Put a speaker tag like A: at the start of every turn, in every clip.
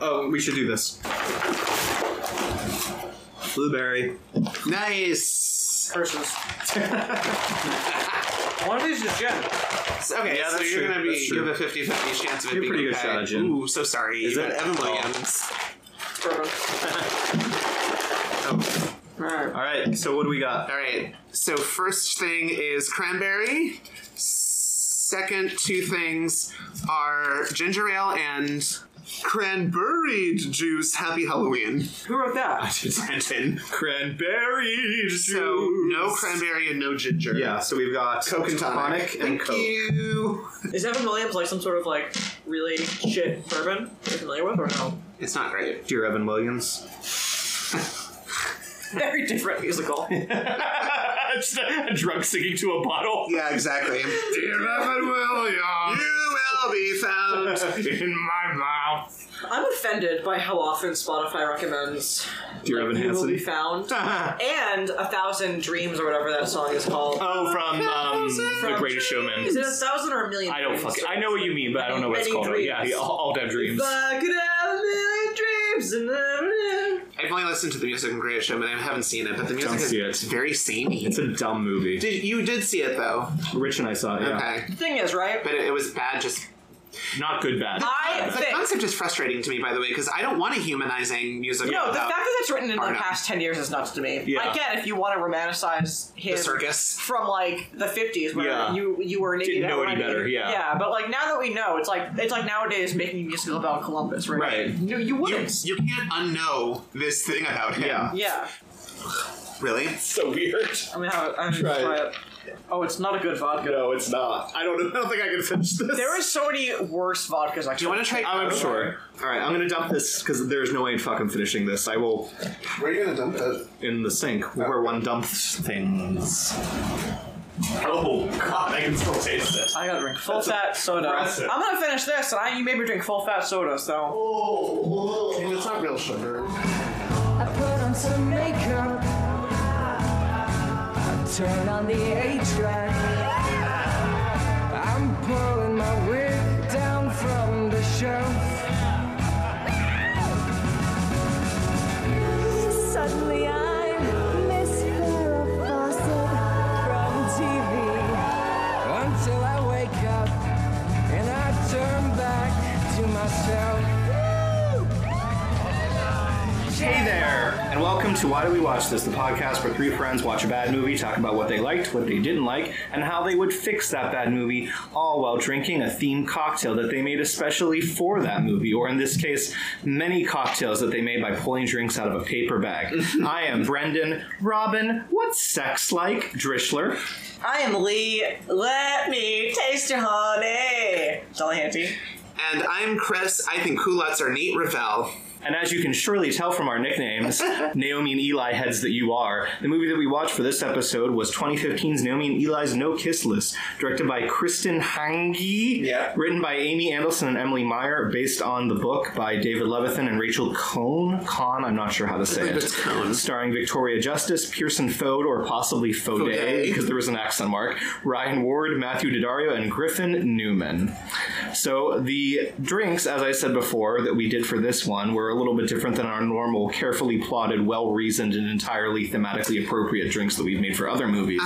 A: Oh, we should do this. Blueberry.
B: Nice.
C: Curses.
D: One of these is Jen.
B: So- Okay,
A: Yeah,
B: so
A: that's
B: you're
A: true,
B: gonna be
A: that's
B: you
A: true.
B: have a 50-50 chance of it
A: You're
B: being
A: pretty good
B: okay.
A: shot, Jim.
B: Ooh, so sorry.
A: Is
B: you
A: it?
B: got Evan
A: Oh.
B: Williams.
C: Bourbon.
A: Oh.
C: Alright.
A: All right. So what do we got?
B: All right. So first thing is cranberry. Second two things are ginger ale and cranberry juice. Happy Halloween.
C: Who wrote that?
B: Trenton.
A: Cranberry.
B: So no cranberry and no ginger.
A: Yeah. So we've got
B: Coke and tonic.
A: and
B: Thank
A: Coke.
B: you.
C: Is Evan Williams like some sort of like really shit bourbon you're familiar with or no?
B: It's not great.
A: Dear Evan Williams.
C: Very different musical.
E: Just a, a drunk singing to a bottle.
B: Yeah, exactly. you
E: Dear Evan Williams,
B: will be found.
E: in my mouth.
C: I'm offended by how often Spotify recommends
A: Dear Evan
C: You Will Be
A: Hansen.
C: Found and A Thousand Dreams or whatever that song is called.
E: Oh, from um, The
C: From
E: Greatest Showman.
C: Is it a thousand or a million?
E: I don't
C: dreams?
E: fucking. I know what you mean, but I don't know what it's
C: Many
E: called.
C: dreams.
E: Yeah, the all, all damn dreams.
C: Fuck it up, a million dreams and then- eh.
B: I've only listened to the music in Greatest Showman. I haven't seen it, but the music
A: Don't
B: is
A: see it.
B: it's very samey.
A: It's a dumb movie.
B: did, you did see it though.
A: Rich and I saw it. Yeah.
B: Okay.
C: The thing is, right?
B: But it, it was bad just
E: Not good, bad.
C: I
B: The
C: think
B: concept is frustrating to me, by the way, because I don't want a humanizing musical.
C: no. The
B: about
C: fact that it's written in the
B: Arno.
C: past ten years is nuts to me.
A: Yeah.
C: I get if you want to romanticize
B: the
C: him
B: circus.
C: from like the fifties, where
E: Yeah.
C: you you were an
E: Didn't
C: idiot
E: know any
C: already.
E: better, yeah.
C: yeah. But like now that we know, it's like it's like nowadays making a musical about Columbus, right?
E: Right.
C: No, you
B: You,
C: wouldn't.
B: you can't unknow this thing about him.
A: Yeah.
C: yeah.
B: Really?
E: so weird.
C: I'm gonna have it. I'm gonna
A: Try
C: try
A: it.
C: it. Oh, it's not a good vodka.
A: No, it's not. I don't. know- I don't think I can finish this.
C: There is so many worse vodkas. I
B: Do you want to try?
A: I'm sure. All right, I'm gonna dump this because there's no way in fucking finishing this. I will
B: Where are you gonna dump it?
A: in the sink where one dumps things.
E: Oh god, I can still taste it.
C: I gotta drink full fat soda.
E: impressive.
C: I'm gonna finish this, and I, you made me drink full fat soda. So
A: Oh,
B: It's not real sugar.
F: I put on some makeup. I turn on the A track. I'm pulling my wig down from the shelf. Suddenly I'm Miss Farrah Fawcett from TV. Until I wake up and I turn back to myself.
A: Hey there, and welcome to Why Do We Watch This, the podcast where three friends watch a bad movie, talk about what they liked, what they didn't like, and how they would fix that bad movie, all while drinking a themed cocktail that they made especially for that movie, or in this case, many cocktails that they made by pulling drinks out of a paper bag. I am Brendan. Robin, what's sex like? Drishler.
C: I am Lee. Let me taste your honey. Dolly Hanty.
B: And I'm Chris. I think culottes are neat. Ravel.
A: And as you can surely tell from our nicknames, Naomi and Eli heads that you are, the movie that we watched for this episode was 2015's Naomi and Eli's No Kiss List, directed by Kristen Hange,
B: Yeah.
A: written by Amy Andelson and Emily Meyer, based on the book by David Levithan and Rachel Cohn. Cohn, I'm not sure how to say it.
B: it's Cohn.
A: Starring Victoria Justice, Pearson Fode, or possibly Fode,
B: Fode.
A: because there was an accent mark, Ryan Ward, Matthew Daddario, and Griffin Newman. So the drinks, as I said before, that we did for this one were a little bit different than our normal, carefully plotted, well reasoned, and entirely thematically appropriate drinks that we've made for other movies.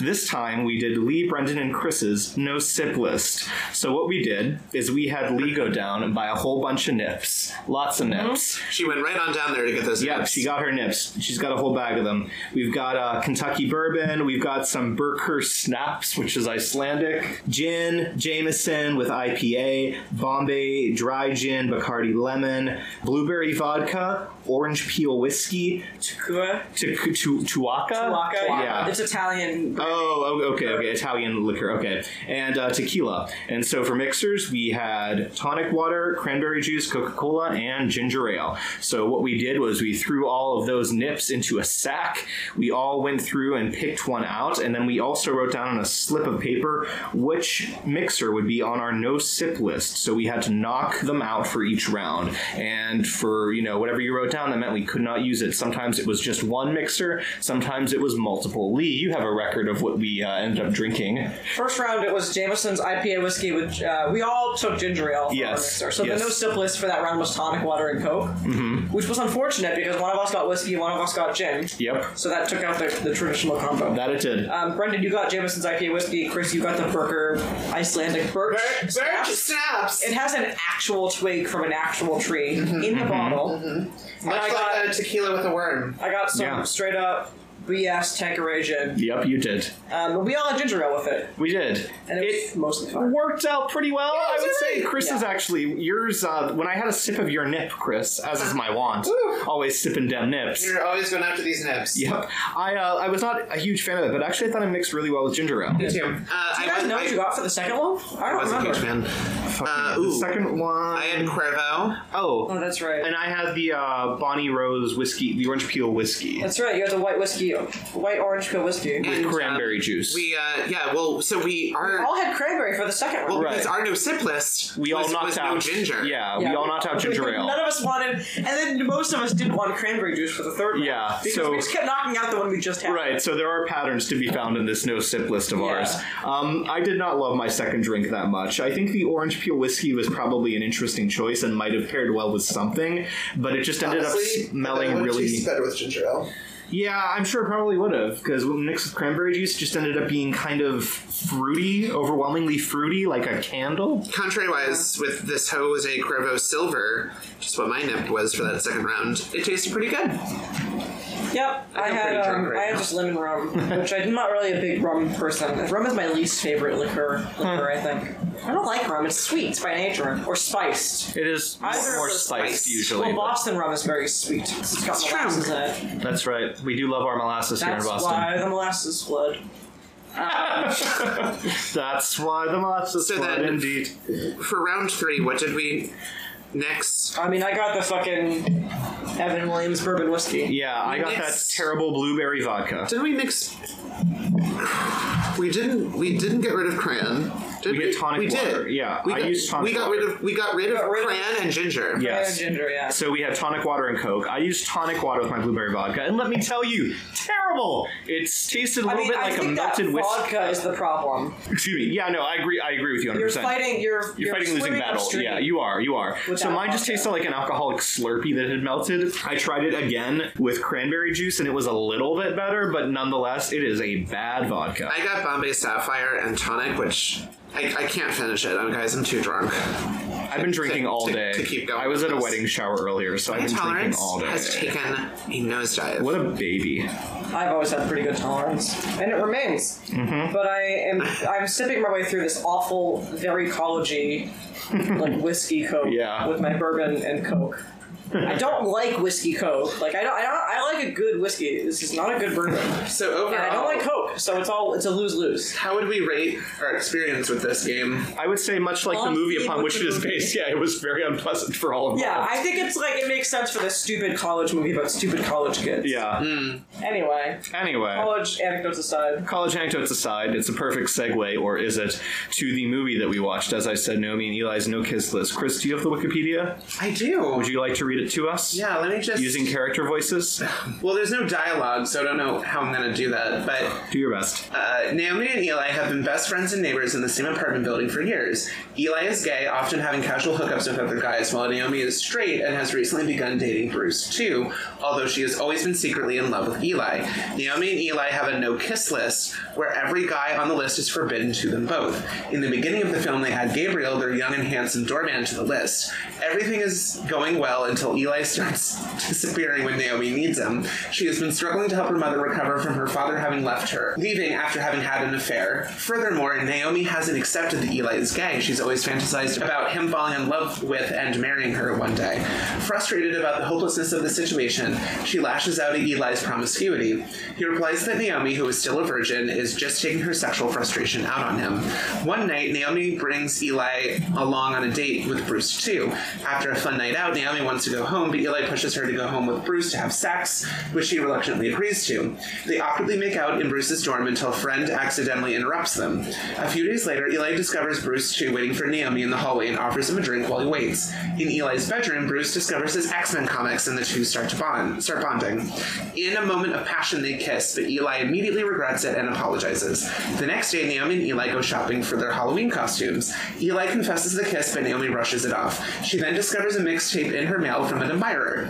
A: This time we did Lee, Brendan, and Chris's no sip list. So what we did is we had Lee go down and buy a whole bunch of nips, lots of nips.
B: She went right on down there to get those.
A: Yep,
B: nips.
A: she got her nips. She's got a whole bag of them. We've got uh, Kentucky bourbon. We've got some Berker snaps, which is Icelandic. Gin, Jameson with IPA, Bombay dry gin, Bacardi lemon, blueberry vodka, orange peel whiskey, tu-
C: Kua.
A: tu- tu- tuaca.
B: Oh,
C: Vodka.
A: Yeah.
C: It's Italian.
A: Oh, o- okay, okay. Italian liquor, okay. And uh, tequila. And so for mixers, we had tonic water, cranberry juice, Coca Cola, and ginger ale. So what we did was we threw all of those nips into a sack. We all went through and picked one out. And then we also wrote down on a slip of paper which mixer would be on our no sip list. So we had to knock them out for each round. And for you know whatever you wrote down that meant we could not use it sometimes it was just one mixer sometimes it was multiple lee you have a record of what we uh, ended up drinking
C: First round, it was Jameson's IPA whiskey with. Uh, we all took ginger ale. For
A: Yes,
C: Our mixer. So
A: yes.
C: the no sip list for that round was tonic water and coke, mm-hmm. which was unfortunate because one of us got whiskey, one of us got gin.
A: yep
C: So that took out the, the traditional combo.
A: that it did
C: um, Brendan, you got Jameson's IPA whiskey. Chris, you got the Berker Icelandic birch.
B: Birch
C: snaps.
B: snaps!
C: It has an actual twig from an actual tree in the
A: Mm-hmm.
C: bottle. And I
B: Mm-hmm. Much
C: got,
B: like a tequila with a worm.
C: I got some
A: Yeah.
C: straight up BS Tankerasian.
A: yep you did
C: Um, but we all had ginger ale with it,
A: we did
C: and it, was mostly fine.
A: worked out pretty well. I would say
B: alright.
A: Chris is
C: Yeah.
A: actually yours. Uh, when I had a sip of your nip, Chris, as is my wont, always sipping down nips.
B: You're always going after these nibs.
A: Yep, I uh, I was not a huge fan of it, but actually I thought it mixed really well with ginger ale.
B: Me too. Uh,
C: Do
B: I
C: you guys
B: was-
C: know what
B: I-
C: you got for the second one? I
B: I
C: don't
B: was a
C: remember.
B: huge fan. Uh,
A: The
B: ooh,
A: second one,
B: I had Cuervo.
A: oh,
C: Oh, that's right.
A: and I had the uh, Bonnie Rose whiskey, the orange peel whiskey,
C: That's right. You had the white whiskey, white orange peel whiskey. We
B: and, um,
A: cranberry juice.
B: We, uh, yeah, well, so we are.
C: all had cranberry for the second one.
B: well,
A: Right.
B: because our no sip list
A: we all
B: was,
A: knocked
B: was
A: out
B: no ginger.
A: Yeah, we all knocked out ginger ale.
C: None of us wanted, and then most of us didn't want cranberry juice for the third one.
A: Yeah,
C: because
A: so-
C: we just kept knocking out the one we just had.
A: Right, so there are patterns to be found in this no sip list of
C: Yeah.
A: ours. Um, I did not love my second drink that much. I think the orange peel whiskey was probably an interesting choice and might have paired well with something, but it just ended up smelling really.
B: better with ginger ale.
A: Yeah, I'm sure it probably would have because mixed with cranberry juice just ended up being kind of fruity, overwhelmingly fruity, like a candle.
B: Contrary wise,
C: Uh-huh.
B: with this Jose Cuervo Silver, just what my nip was for that second round, it tasted pretty good.
C: Yep. I,
B: I'm
C: had
B: pretty
C: um,
B: drunk right
C: I had
B: now.
C: just lemon rum, which I'm not really a big rum person. Rum is my least favorite liquor. Liquor, I think. I don't like rum. It's sweet. It's by nature or spiced.
A: It is
C: Either
A: more
C: of those
A: spiced
B: spice.
A: usually.
C: Well,
A: but-
C: Boston rum is very sweet. It's got
B: true.
C: molasses in it.
A: that's right. We do love our molasses here in
C: That's
A: Boston.
C: why the molasses flood.
A: That's why the molasses.
B: So
A: flood,
B: then-
A: indeed.
B: For round three, what did we next?
C: I mean, I got the fucking Evan Williams bourbon whiskey.
A: Yeah, I got that
B: Next.
A: terrible blueberry vodka.
B: Did we mix? We didn't. We didn't get rid of cran. Did
A: We
B: we?
A: get tonic
B: we
A: water,
B: Did.
A: yeah,
B: we
A: I
B: got,
A: used tonic
B: We got rid
A: water.
B: of. We got rid of
C: got rid of-
B: cran and ginger.
A: Yes.
C: And ginger, yeah.
A: So we had tonic water and Coke. I used tonic water with my blueberry vodka, and let me tell you, terrible. It's tasted a
C: I
A: little
C: mean,
A: bit
C: I
A: like a
C: think
A: melted
C: that
A: whiskey.
C: vodka is the problem.
A: Excuse me. Yeah, no, I agree. I agree with you 100.
C: You're
A: percent
C: fighting. You're
A: You're, fighting losing
C: swimming
A: battle.
C: upstream.
A: Yeah, you are. You are.
C: With
A: so
C: that
A: mine just
C: vodka.
A: tasted like an alcoholic Slurpee that had melted. I tried it again with cranberry juice, and it was a little bit better, but nonetheless, it is a bad vodka.
B: I got Bombay Sapphire and tonic, which I, I can't finish it. I'm guys, I'm too drunk.
A: I've been drinking all
B: to-
A: day.
B: to keep going
A: I was
B: with
A: at a
B: this.
A: wedding shower earlier, so I've been
B: Tolerance
A: drinking all day.
B: has taken a nosedive.
A: What a baby.
C: I've always had pretty good tolerance, and it remains.
A: Mm-hmm.
C: But I am I'm sipping my way through this awful, very collegey, like whiskey coke
A: Yeah.
C: with my bourbon and coke. I don't like whiskey coke. Like I don't, I don't I like a good whiskey. This is not a good bourbon.
B: So overall,
C: And I don't like coke, so it's all it's a lose lose.
B: How would we rate our experience with this game?
A: I would say much like the
C: On
A: movie
C: theme
A: upon
C: with
A: which it
C: the
A: is
C: movie.
A: based. Yeah, it was very unpleasant for all of
C: Yeah,
A: us.
C: I think it's like it makes sense for this stupid college movie about stupid college kids.
A: Yeah.
B: Mm.
C: Anyway,
A: Anyway,
C: college anecdotes aside,
A: college anecdotes aside, it's a perfect segue, or is it, to the movie that we watched? As I said, Naomi and Eli's No Kiss List. Chris, do you have the Wikipedia?
B: I do.
A: Would you like to read it to us?
B: yeah, let me just.
A: Using character voices?
B: well, there's no dialogue, so I don't know how I'm going to do that. But
A: Do your best.
B: uh, Naomi and Eli have been best friends and neighbors in the same apartment building for years. Eli is gay, often having casual hookups with other guys, while Naomi is straight and has recently begun dating Bruce, too, although she has always been secretly in love with Eli. Naomi and Eli have a no kiss list where every guy on the list is forbidden to them both. In the beginning of the film, they add Gabriel, their young and handsome doorman, to the list. Everything is going well until Eli starts disappearing when Naomi needs him. She has been struggling to help her mother recover from her father having left her, leaving after having had an affair. Furthermore, Naomi hasn't accepted that Eli is gay. She's always fantasized about him falling in love with and marrying her one day. Frustrated about the hopelessness of the situation, she lashes out at Eli's promiscuity. He replies that Naomi, who is still a virgin, is just taking her sexual frustration out on him. One night, Naomi brings Eli along on a date with Bruce, too. After a fun night out, Naomi wants to go go home, but Eli pushes her to go home with Bruce to have sex, which she reluctantly agrees to. They awkwardly make out in Bruce's dorm until a friend accidentally interrupts them. A few days later, Eli discovers Bruce too waiting for Naomi in the hallway and offers him a drink while he waits. In Eli's bedroom, Bruce discovers his X-Men comics and the two start to bond, start bonding. In a moment of passion, they kiss, but Eli immediately regrets it and apologizes. The next day, Naomi and Eli go shopping for their Halloween costumes. Eli confesses the kiss, but Naomi rushes it off. She then discovers a mixtape in her mail from an admirer.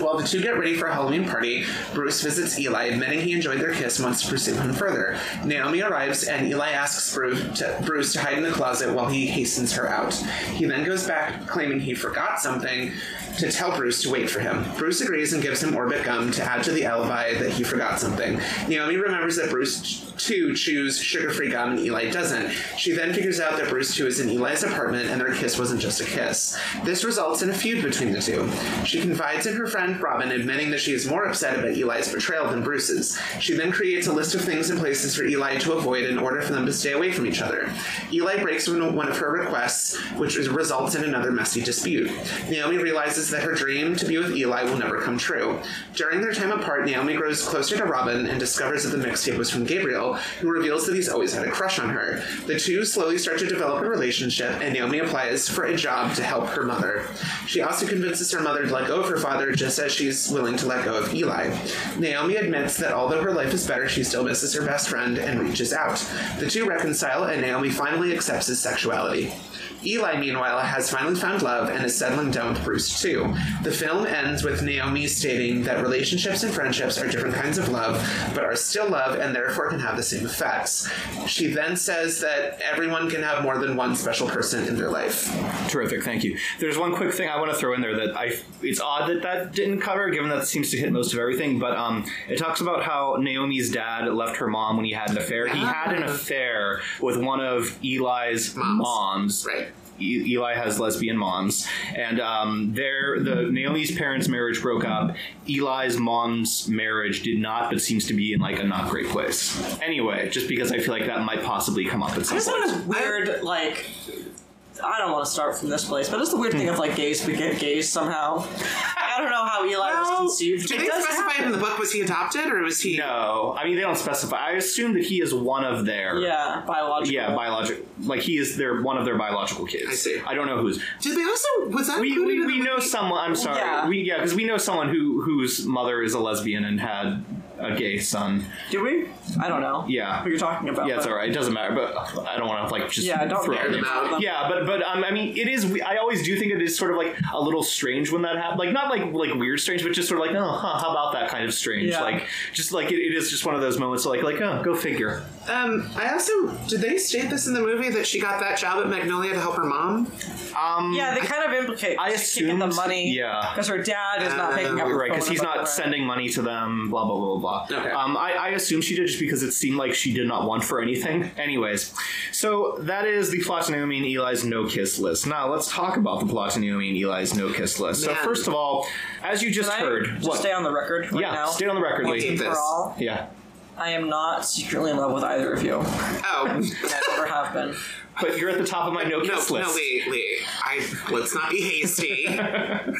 B: While the two get ready for a Halloween party, Bruce visits Eli, admitting he enjoyed their kiss and wants to pursue him further. Naomi arrives, and Eli asks Bruce to, Bruce to hide in the closet while he hastens her out. He then goes back, claiming he forgot something, to tell Bruce to wait for him. Bruce agrees and gives him Orbit Gum to add to the alibi that he forgot something. Naomi remembers that Bruce, too, chews sugar free gum, and Eli doesn't. She then figures out that Bruce, too, is in Eli's apartment, and their kiss wasn't just a kiss. This results in a feud between the two. She confides in her friend Robin, admitting that she is more upset about Eli's betrayal than Bruce's. She then creates a list of things and places for Eli to avoid in order for them to stay away from each other. Eli breaks one one of her requests, which is- results in another messy dispute. Naomi realizes that her dream to be with Eli will never come true. During their time apart, Naomi grows closer to Robin and discovers that the mixtape was from Gabriel, who reveals that he's always had a crush on her. The two slowly start to develop a relationship, and Naomi applies for a job to help her mother. She also convinces her mother to let go of her father, just as she's willing to let go of Eli. Naomi admits that although her life is better, she still misses her best friend and reaches out. The two reconcile, and Naomi finally accepts his sexuality. Eli, meanwhile, has finally found love and is settling down with Bruce, too. The film ends with Naomi stating that relationships and friendships are different kinds of love, but are still love and therefore can have the same effects. She then says that everyone can have more than one special person in their life.
A: Terrific, thank you. There's one quick thing I want to throw in there that I it's odd that that didn't cover, given that seems to hit most of everything. But um, it talks about how Naomi's dad left her mom when he had an affair. He had an affair with one of Eli's moms.
G: Right.
A: E- Eli has lesbian moms, and um, their the Naomi's parents' marriage broke up. Eli's mom's marriage did not, but seems to be in like a not great place. Anyway, just because I feel like that might possibly come up at some
C: It's
A: point.
C: not as weird, like. I don't want to start from this place, but it's the weird thing of like gays beget gays somehow. I don't know how Eli was conceived.
G: do
C: but
G: they
C: it does
G: specify
C: happen.
G: in the book was he adopted or was he?
A: No, I mean they don't specify. I assume that he is one of their
C: Yeah, biological.
A: yeah biological. Like he is their one of their biological kids.
G: I see.
A: I don't know who's.
G: Did they also was that
A: We,
G: included
A: we,
G: in
A: we
G: the
A: know
G: wiki?
A: someone. I'm sorry.
C: Yeah.
A: We yeah because we know someone who whose mother is a lesbian and had a gay son.
C: Do we? I don't know.
A: Yeah.
C: What you're talking about.
A: Yeah, it's
C: but-
A: all right. It doesn't matter. But I don't want to like just
C: Yeah, don't
A: throw
C: bear
A: out
C: them
A: names.
G: out.
A: Yeah, but but um, I mean, it is. I always do think it is sort of like a little strange when that happens. Like not like like weird strange, but just sort of like oh, huh, how about that kind of strange?
C: Yeah.
A: Like just like it, it is just one of those moments. Like like oh, go figure.
G: Um, I also did they state this in the movie that she got that job at Magnolia to help her mom?
C: Yeah, they kind of implicate.
A: I
C: she's taking the
A: assumed-
C: money.
A: yeah.
C: Because her dad is not
G: Uh,
C: picking up. her
A: Right, because
C: phone
A: he's
C: about
A: not
C: her.
A: sending money to them, blah, blah, blah, blah, blah.
B: Okay.
A: Um, I, I assume she did just because it seemed like she did not want for anything. Anyways, so that is the plot to Naomi and Eli's no kiss list. Now, let's talk about the plot to Naomi and Eli's no kiss list. So,
G: Man.
A: first of all, as you just
C: Can I
A: heard,
C: just
A: what?
C: stay on the record right
A: yeah,
C: now?
A: stay on the record,
G: Wait,
A: lady.
G: this.
C: For all,
A: Yeah.
C: I am not secretly in love with either of you. I
G: Oh
C: never have been.
A: But you're at the top of my no
G: no,
A: kiss list.
G: no, wait, wait. I let's not be hasty.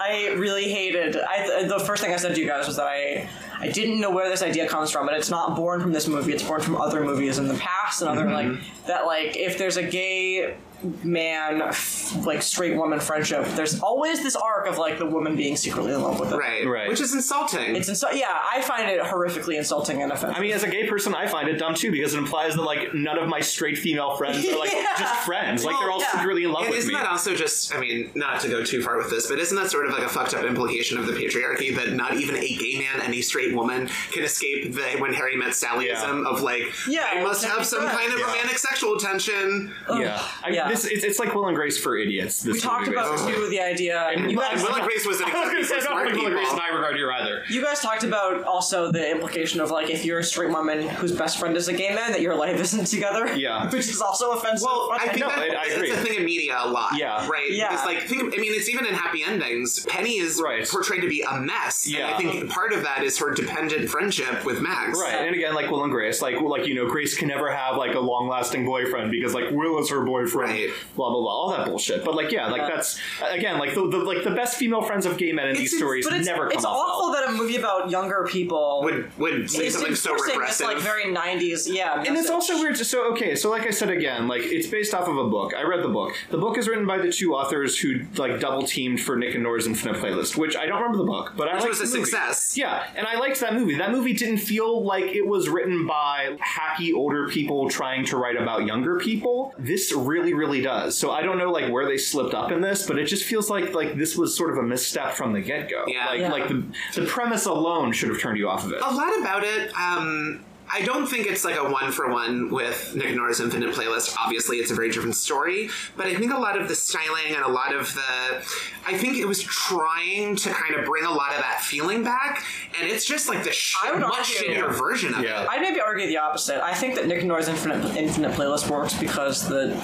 C: I really hated. I the first thing I said to you guys was that I I didn't know where this idea comes from, and it's not born from this movie. It's born from other movies in the past and other
A: Mm-hmm.
C: like that. Like if there's a gay man f- like straight woman friendship, there's always this arc of like the woman being secretly in love with it.
G: right,
A: Right.
G: Which is insulting.
C: It's insu- yeah, I find it horrifically insulting and offensive.
A: I mean, as a gay person, I find it dumb too because it implies that like none of my straight female friends are like
C: Yeah.
A: just friends. Like they're all
C: yeah.
A: secretly in love
G: And
A: with
G: isn't
A: me.
G: that also just? I mean, not to go too far with this, but isn't that sort of like a fucked up implication of the patriarchy that not even a gay man and a straight woman can escape the when Harry met Sallyism of like,
C: Yeah,
G: I must
C: it's
G: have
C: gotta be
G: some
C: friends.
G: kind of romantic sexual tension.
A: yeah. I,
C: yeah.
A: This, it's, it's like Will and Grace for idiots. This
C: we talked
A: movie,
C: about
A: basically.
C: too the idea.
A: And
C: you
A: Will-
C: guys,
G: Will and Grace was an
A: I was going
G: example
A: to say,
G: for
A: I don't
G: smart
A: think Will and Grace
G: people.
A: and I regard you either.
C: you guys talked about also the implication of like if you're a straight woman whose best friend is a gay man that your life isn't together.
A: Yeah.
C: which is also offensive.
G: Well, I think
A: No,
G: that,
A: I- I agree.
G: that's a thing in media a lot.
A: Yeah.
G: Right?
C: Yeah.
G: It's like, think of, I mean, it's even in happy endings. Penny is
A: Right.
G: portrayed to be a mess. And
A: Yeah.
G: I think part of that is her dependent friendship with Max.
A: Right, and again, like Will and Grace, like like you know, Grace can never have like a long lasting boyfriend because like Will is her boyfriend date, blah blah blah, all that bullshit. But like, yeah, like that's again, like the, the like the best female friends of gay men in these
C: ins-
A: stories
C: but Uh, it's,
A: never come
C: It's
A: off well.
C: awful that a movie about younger people
B: Would would say
C: is
B: something so
C: enforcing this
B: repressive.
C: like very nineties. Yeah,
A: and it's
C: message.
A: also weird. to- So okay, so like I said again, like it's based off of a book. I read the book. The book is written by the two authors who like double teamed for Nick and Nora's Infinite Playlist, which I don't remember the book, but I
B: Which
A: liked
B: was a
A: the movie.
B: success.
A: Yeah, and I liked that movie. That movie didn't feel like it was written by happy older people trying to write about younger people. This really, really does. So I don't know like where they slipped up in this, but it just feels like like this was sort of a misstep from the get go.
B: Yeah. Oh.
A: like
B: Yeah.
A: like the, the premise alone should have turned you off of it.
B: a lot about it. Um, I don't think it's like a one for one with Nick Nora's Infinite Playlist. Obviously, it's a very different story, but I think a lot of the styling and a lot of the, I think it was trying to kind of bring a lot of that feeling back, and it's just like the sh-
C: I would
B: much
C: argue-
B: shittier version of
A: Yeah.
B: it.
C: I'd maybe argue the opposite. I think that Nick and Nora's infinite infinite playlist works because the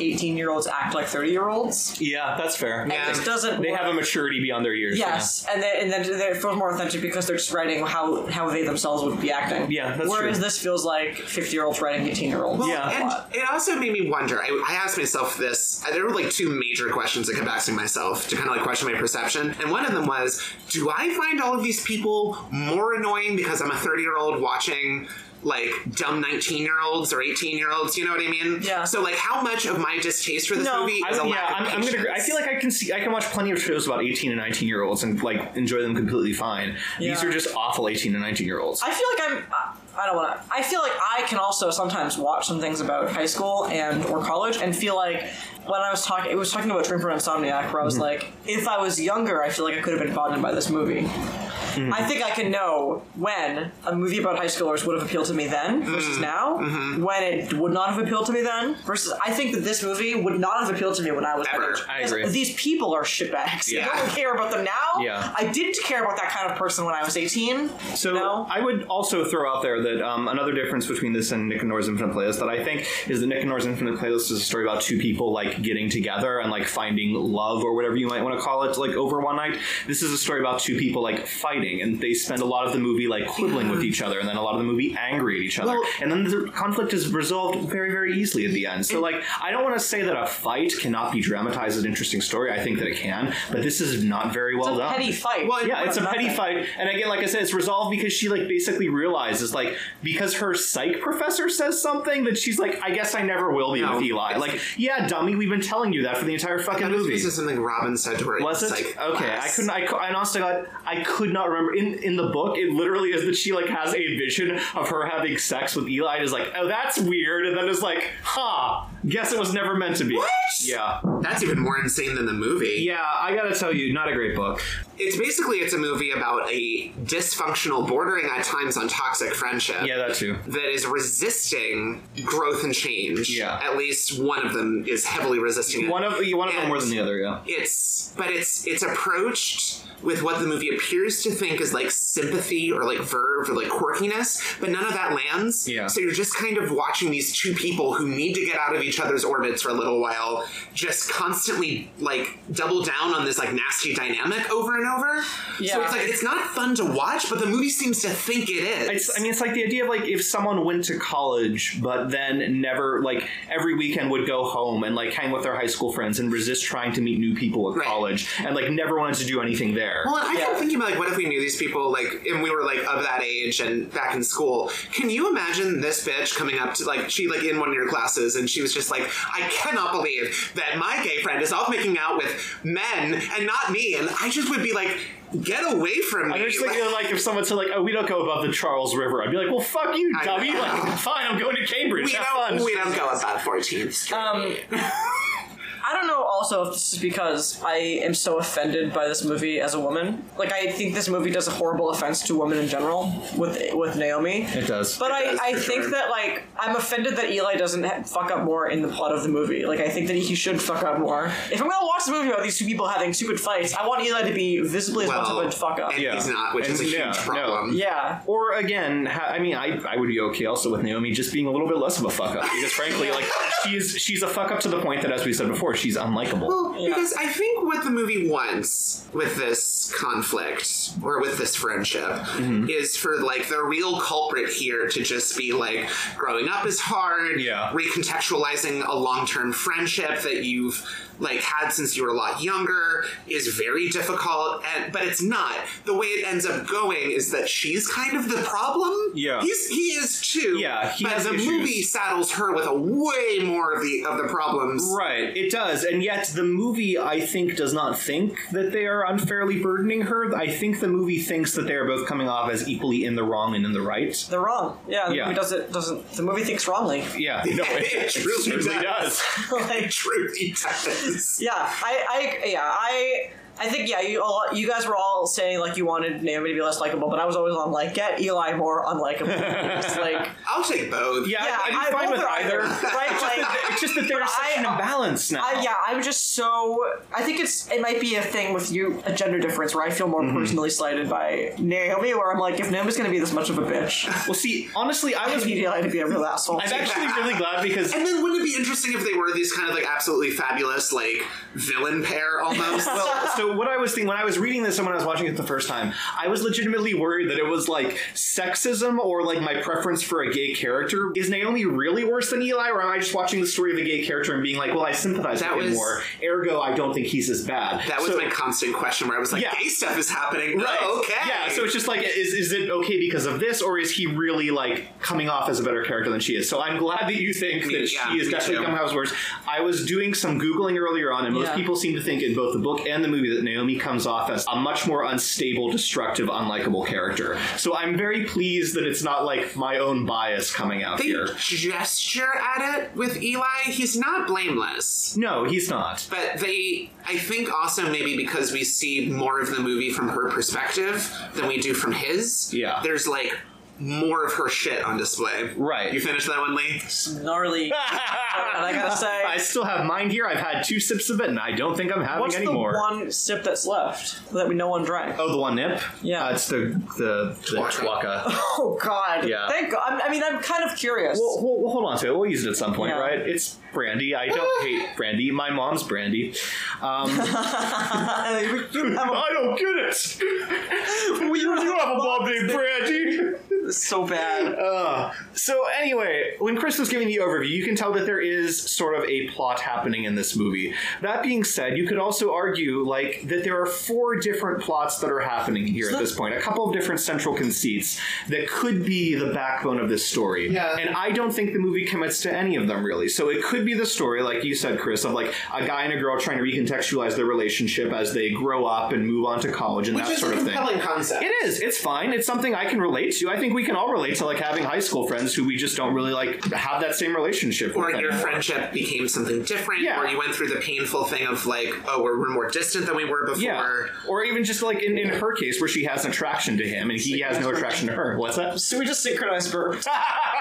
C: eighteen year olds act like thirty year olds.
A: Yeah, that's fair.
B: Yeah.
C: This doesn't.
A: They
C: work.
A: have a maturity beyond their years.
C: Yes, and then and then they feel more authentic because they're just writing how how they themselves would be acting.
A: Yeah, that's
C: Whereas
A: true.
C: this feels like fifty year olds writing eighteen year olds.
A: Yeah.
B: And it also made me wonder. I, I asked myself this. uh, There were like two major questions that kept asking myself to kind of like question my perception. And one of them was Do I find all of these people more annoying because I'm a 30 year old watching like dumb 19 year olds or 18 year olds? You know what I mean?
C: Yeah.
B: So, like, how much of my distaste for this
C: No,
B: movie
A: I,
B: is a
A: yeah,
B: lack of
A: I'm, I'm gonna.
B: patience?
A: agree. I feel like I can see. I can watch plenty of shows about 18 and 19 year olds and like enjoy them completely fine. These
C: Yeah.
A: are just awful 18 and 19 year olds.
C: I feel like I'm. I- I don't want to. I feel like I can also sometimes watch some things about high school and or college and feel like when I was talking, it was talking about Dreamer and Insomniac, where
A: Mm-hmm.
C: I was like, if I was younger, I feel like I could have been bonded by this movie.
A: Mm-hmm.
C: I think I can know when a movie about high schoolers would have appealed to me then
A: Mm-hmm.
C: versus now, when it would not have appealed to me then versus. I think that this movie would not have appealed to me when I was that
B: Ever.
C: age.
A: I
C: Because
A: agree.
C: These people are shitbags.
B: Yeah.
C: I don't care about them now.
A: Yeah.
C: I didn't care about that kind of person when I was eighteen.
A: So
C: no?
A: I would also throw out there that um, another difference between this and Nick and Nora's Infinite Playlist that I think is that Nick and Nora's Infinite Playlist is a story about two people like getting together and like finding love or whatever you might want to call it like over one night. This is a story about two people like fighting and they spend a lot of the movie like quibbling with each other and then a lot of the movie angry at each other
B: Well-
A: and then the conflict is resolved very very easily at the end. So like I don't want to say that a fight cannot be dramatized as an interesting story. I think that it can, but this is not very well
C: It's a
A: done
C: petty fight.
B: Well,
A: yeah, it's a petty
C: Nothing.
A: fight. And again, like I said, it's resolved because she like basically realizes like because her psych professor says something that she's like, I guess I never will be
B: No.
A: with Eli. Like, yeah, dummy, we've been telling you that for the entire fucking
B: That was-
A: movie.
B: This is something Robin said to her. in
A: Was it
B: psych
A: okay? I
B: class.
A: couldn't. I, cou- and honest to God, I could not remember. In in the book, it literally is that she like has a vision of her having sex with Eli. And is like, oh, that's weird. And then is like, ha, guess it was never meant to be. What? Yeah,
B: That's even more insane than the movie.
A: yeah. I gotta tell you, not a great book.
B: It's basically it's a movie about a dysfunctional, bordering at times on toxic friendship.
A: Yeah, that too.
B: that is resisting growth and change.
A: Yeah.
B: At least one of them is heavily resisting it.
A: One of one of them more than the other. Yeah.
B: it's but it's it's approached with what the movie appears to think is like sympathy or like verve or like quirkiness, but none of that lands.
A: Yeah.
B: So you're just kind of watching these two people who need to get out of each other's orbits for a little while, just constantly like double down on this like nasty dynamic over and over. So
C: Yeah.
B: it's like it's not fun to watch, but the movie seems to think it is.
A: It's, I mean, it's like the idea of like if someone went to college, but then never like every weekend would go home and like hang with their high school friends and resist trying to meet new people at
B: Right.
A: college and like never wanted to do anything there.
B: Well, and I
C: Yeah.
B: kept thinking about like, what if we knew these people, like, and we were like of that age and back in school? Can you imagine this bitch coming up to like she like in one of your classes and she was just like, I cannot believe that my gay friend is off making out with men and not me, and I just would be like, get away from me.
A: I'm just
B: Like,
A: thinking like if someone said like, "Oh, we don't go above the Charles River," I'd be like, "Well, fuck you,
B: I
A: dummy!
B: know.
A: Like, fine, I'm going to Cambridge.
B: we
A: Have
B: don't,
A: fun."
B: we don't go about 14th Street.
C: Um, I don't know also if this is because I am so offended by this movie as a woman. Like, I think this movie does a horrible offense to women in general with with Naomi.
A: It does.
C: But
B: does,
C: I, I
B: for
C: think
B: sure.
C: that, like, I'm offended that Eli doesn't ha- fuck up more in the plot of the movie. Like, I think that he should fuck up more. If I'm gonna watch the movie about these two people having stupid fights, I want Eli to be visibly responsible
B: well,
C: and fuck up.
B: and
A: Yeah.
B: he's not, which
A: And-
B: is a huge
A: yeah, no.
B: problem.
C: yeah.
A: Or again, ha- I mean, I, I would be okay also with Naomi just being a little bit less of a fuck up because frankly, like she's she's a fuck up to the point that, as we said before, she's unlikable.
B: Because I think what the movie wants with this conflict or with this friendship
A: Mm-hmm.
B: is for like the real culprit here to just be like growing up is hard,
A: Yeah.
B: recontextualizing a long-term friendship that you've like had since you were a lot younger is very difficult and but it's not. The way it ends up going is that she's kind of the problem.
A: Yeah.
B: He's he is too.
A: Yeah, he
B: but
A: has
B: the
A: issues.
B: movie saddles her with a way more of the of the problems.
A: Right, it does. And yet, the movie, I think, does not think that they are unfairly burdening her. I think the movie thinks that they are both coming off as equally in the wrong and in the right.
C: They're wrong. Yeah, the
A: Yeah.
C: movie does it doesn't the movie thinks wrongly.
A: Yeah, no,
B: It truly does.
C: like,
B: Truly does.
C: yeah, I, I, yeah, I, I think yeah, you all, you guys were all saying like you wanted Naomi to be less likable, but I was always on like get Eli more unlikable. It's like
B: I'll take both.
A: Yeah,
C: yeah,
A: I'm
C: I-
A: fine with
C: both are
A: either.
C: right? Like,
A: it's just that there's
C: But
A: such an
C: I-
A: imbalance now.
C: I, yeah, I'm just so. I think it's it might be a thing with you a gender difference where I feel more
A: Mm-hmm.
C: personally slighted by Naomi, where I'm like, if Naomi's going to be this much of a bitch,
A: Well, see, honestly, I
C: I
A: was.
C: need Eli to be a real asshole.
A: I'm actually really glad because
B: And then wouldn't it be interesting if they were these kind of like absolutely fabulous like villain pair almost?
A: well, so what I was thinking when I was reading this and when I was watching it the first time, I was legitimately worried that it was like sexism or like my preference for a gay character. Is Naomi really worse than Eli, or am I just watching the story of a gay character and being like, well, I sympathize
B: That
A: with him
B: was-
A: more, ergo, I don't think he's as bad.
B: that was
A: So-
B: my constant question where I was like,
A: Yeah.
B: gay stuff is happening.
A: Right.
B: Oh, okay.
A: Yeah. So it's just like, is is it okay because of this, or is he really like coming off as a better character than she is? So I'm glad that you think
B: Me-
A: that
B: yeah,
A: she is
B: me
A: definitely
B: too.
A: coming off as worse. I was doing some googling earlier on, and most
C: Yeah.
A: people seem to think in both the book and the movie that Naomi comes off as a much more unstable, destructive, unlikable character. So I'm very pleased that it's not like my own bias coming out
B: they
A: here.
B: gesture at it with Eli. He's not blameless.
A: No, he's not.
B: But they, I think, also maybe because we see more of the movie from her perspective than we do from his.
A: Yeah.
B: There's like more of her shit on display.
A: Right.
B: You finished that one, Lee?
C: gnarly. and I gotta say,
A: I still have mine here. I've had two sips of it, and I don't think I'm having
C: what's
A: any
C: the
A: more.
C: one sip that's left that we no one drank?
A: Oh, the one nip?
C: Yeah.
A: Uh, it's the the, the
B: Twaka.
A: Twaka.
C: Oh God!
A: Yeah.
C: Thank God. I'm- I mean, I'm kind of curious.
A: Well, we'll, we'll hold on to it. We'll use it at some point,
C: Yeah.
A: right? It's brandy. I don't hate brandy. My mom's brandy. Um,
C: I mean,
A: I don't get it.
C: we don't
A: You have a mom named Brandy.
C: so bad.
A: Uh, so anyway, when Chris was giving the overview, you can tell that there is sort of a plot happening in this movie. That being said, you could also argue like that there are four different plots that are happening here at this point. A couple of different central conceits that could be the backbone of this story.
D: Yeah.
A: And I don't think the movie commits to any of them really. So it could be the story, like you said, Chris, of like a guy and a girl trying to recontextualize their relationship as they grow up and move on to college and
D: Which
A: that
D: is
A: sort
D: a
A: of thing.
D: compelling concept.
A: It is. It's fine. It's something I can relate to. I think we can all relate to like having high school friends who we just don't really like have that same relationship
B: or
A: with.
B: your
A: anymore.
B: friendship became something different,
A: Yeah.
B: or you went through the painful thing of like, oh, we're, we're more distant than we were before.
A: Yeah. Or even just like in, in her case where she has an attraction to him and he has no attraction to her. What's that?
C: So we just synchronized verbs.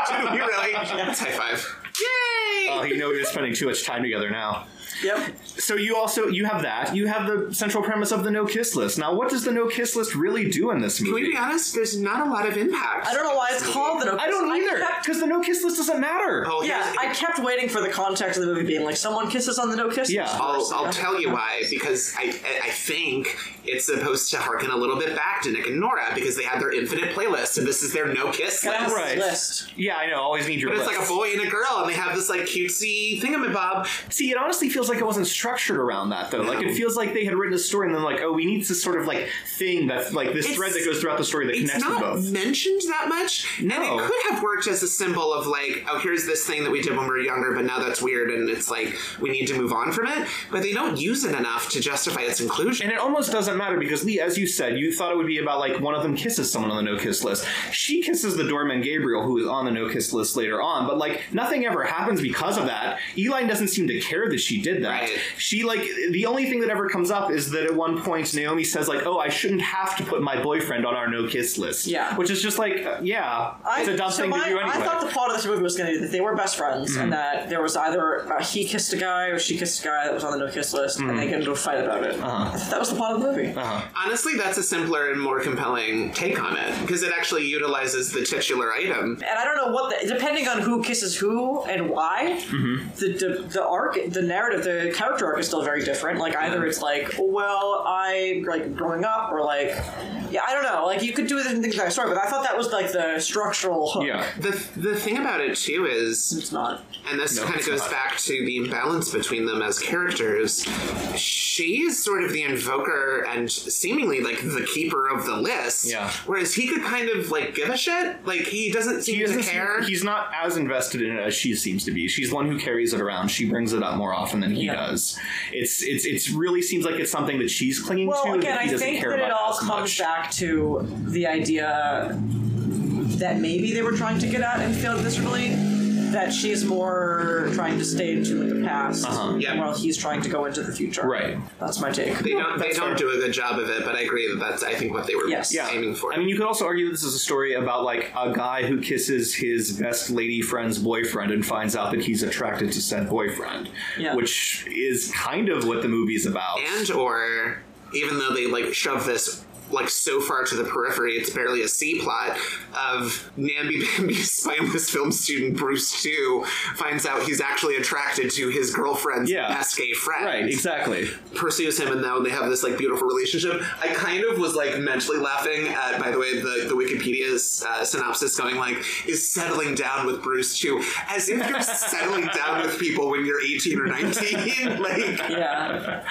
B: Dude, we really? It's high five. Um, Yay!
A: Oh, you know you're spending too much time together now.
C: yep.
A: So you also you have that. You have the central premise of the no kiss list. Now what does the no kiss list really do in this
B: Can we
A: movie?
B: be honest? There's not a lot of impact.
C: I don't know why it's called the.
A: I don't either.
C: kept-
A: Because the no kiss list doesn't matter.
B: Oh,
C: yeah,
B: here's-
C: I kept waiting for the context of the movie being like someone kisses on the no kiss.
A: Yeah.
B: I'll, I'll tell you why because I I I think it's supposed to harken a little bit back to Nick and Nora because they had their infinite playlist and this is their no kiss
C: Can I have
B: list.
C: this
A: Right.
C: list.
A: Yeah, I know. Always need your
B: But it's
A: list.
B: like a boy and a girl, and they have this like cutesy thingamabob.
A: See, it honestly feels like it wasn't structured around that though. Like it feels like they had written a story and then like, oh, we need this sort of like thing that's like this
B: It's-
A: thread that goes throughout the story that
B: It's
A: connects them
B: not
A: both.
B: mentioned that much, and
A: No.
B: it could have worked as a symbol of like, oh, here's this thing that we did when we were younger, but now that's weird, and it's like we need to move on from it. But they don't use it enough to justify its inclusion.
A: And it almost doesn't matter because Lee, as you said, you thought it would be about like one of them kisses someone on the no kiss list. She kisses the doorman Gabriel, who is on the no kiss list later on, but like nothing ever happens because of that. Eline doesn't seem to care that she did that.
B: Right.
A: She like the only thing that ever comes up is that at one point Naomi says like, "Oh, I shouldn't have to put my boyfriend on our no kiss list."
C: Yeah.
A: which is just like, uh, yeah, it's a dumb
C: so
A: thing
C: my-
A: to do anyway. Mm.
C: I thought the plot of this movie was going to be that they were best friends and that there was either
A: Mm. Uh-huh.
C: uh, he kissed a guy or she kissed a guy that was on the no kiss list and they get into a fight about it. I thought that was the plot of the movie. agree.
B: Honestly, that's a simpler and more compelling take on it because it actually utilizes the titular item.
C: and I don't know what the depending on who kisses who and why, the, the the arc, the narrative, the character arc is still very different. Like either it's like, well, I like growing up, or like, yeah, I don't know. Like you could do it in the entire story, but I thought that was like the structural hook.
A: Yeah.
B: The, the thing about it, too, is
C: It's not.
B: and this kind of
A: it's
B: goes
A: not.
B: back to the imbalance between them as characters. She is sort of the invoker and seemingly like the keeper of the list.
A: Yeah.
B: Whereas he could kind of like give a shit. Like he doesn't seem
A: He doesn't
B: to
A: seem-
B: care.
A: he's not as invested in it as she seems to be. She's the one who carries it around. She brings it up more often than he
C: Yeah.
A: does. It's it's it's really seems like it's something that she's clinging to.
C: Well, again,
A: that he
C: I
A: doesn't
C: think
A: care
C: that it
A: about
C: all
A: as
C: comes
A: much.
C: back to the idea that maybe they were trying to get at and failed miserably. That she's more trying to stay into like, the past,
B: Yeah.
C: while he's trying to go into the future.
A: Uh-huh. Right.
C: That's my take.
B: they don't. They
A: that's
B: don't
A: fair.
B: do a good job of it. But I agree that that's. I think what they were
C: Yes. Yeah.
B: aiming for.
A: I mean, you could also argue that this is a story about like a guy who kisses his best lady friend's boyfriend and finds out that he's attracted to said boyfriend,
C: Yeah.
A: which is kind of what the movie's about.
B: and or even though they like shove this like so far to the periphery, it's barely a C plot of Namby Bamby's spineless film student Bruce Two finds out he's actually attracted to his girlfriend's
A: Yeah.
B: best gay friend.
A: right, exactly.
B: Pursues him, and now they have this like beautiful relationship. I kind of was like mentally laughing at, by the way, the, the Wikipedia's uh, synopsis going like, "Is settling down with Bruce Two as if you're settling down with people when you're 18 or 19." like,
C: Yeah.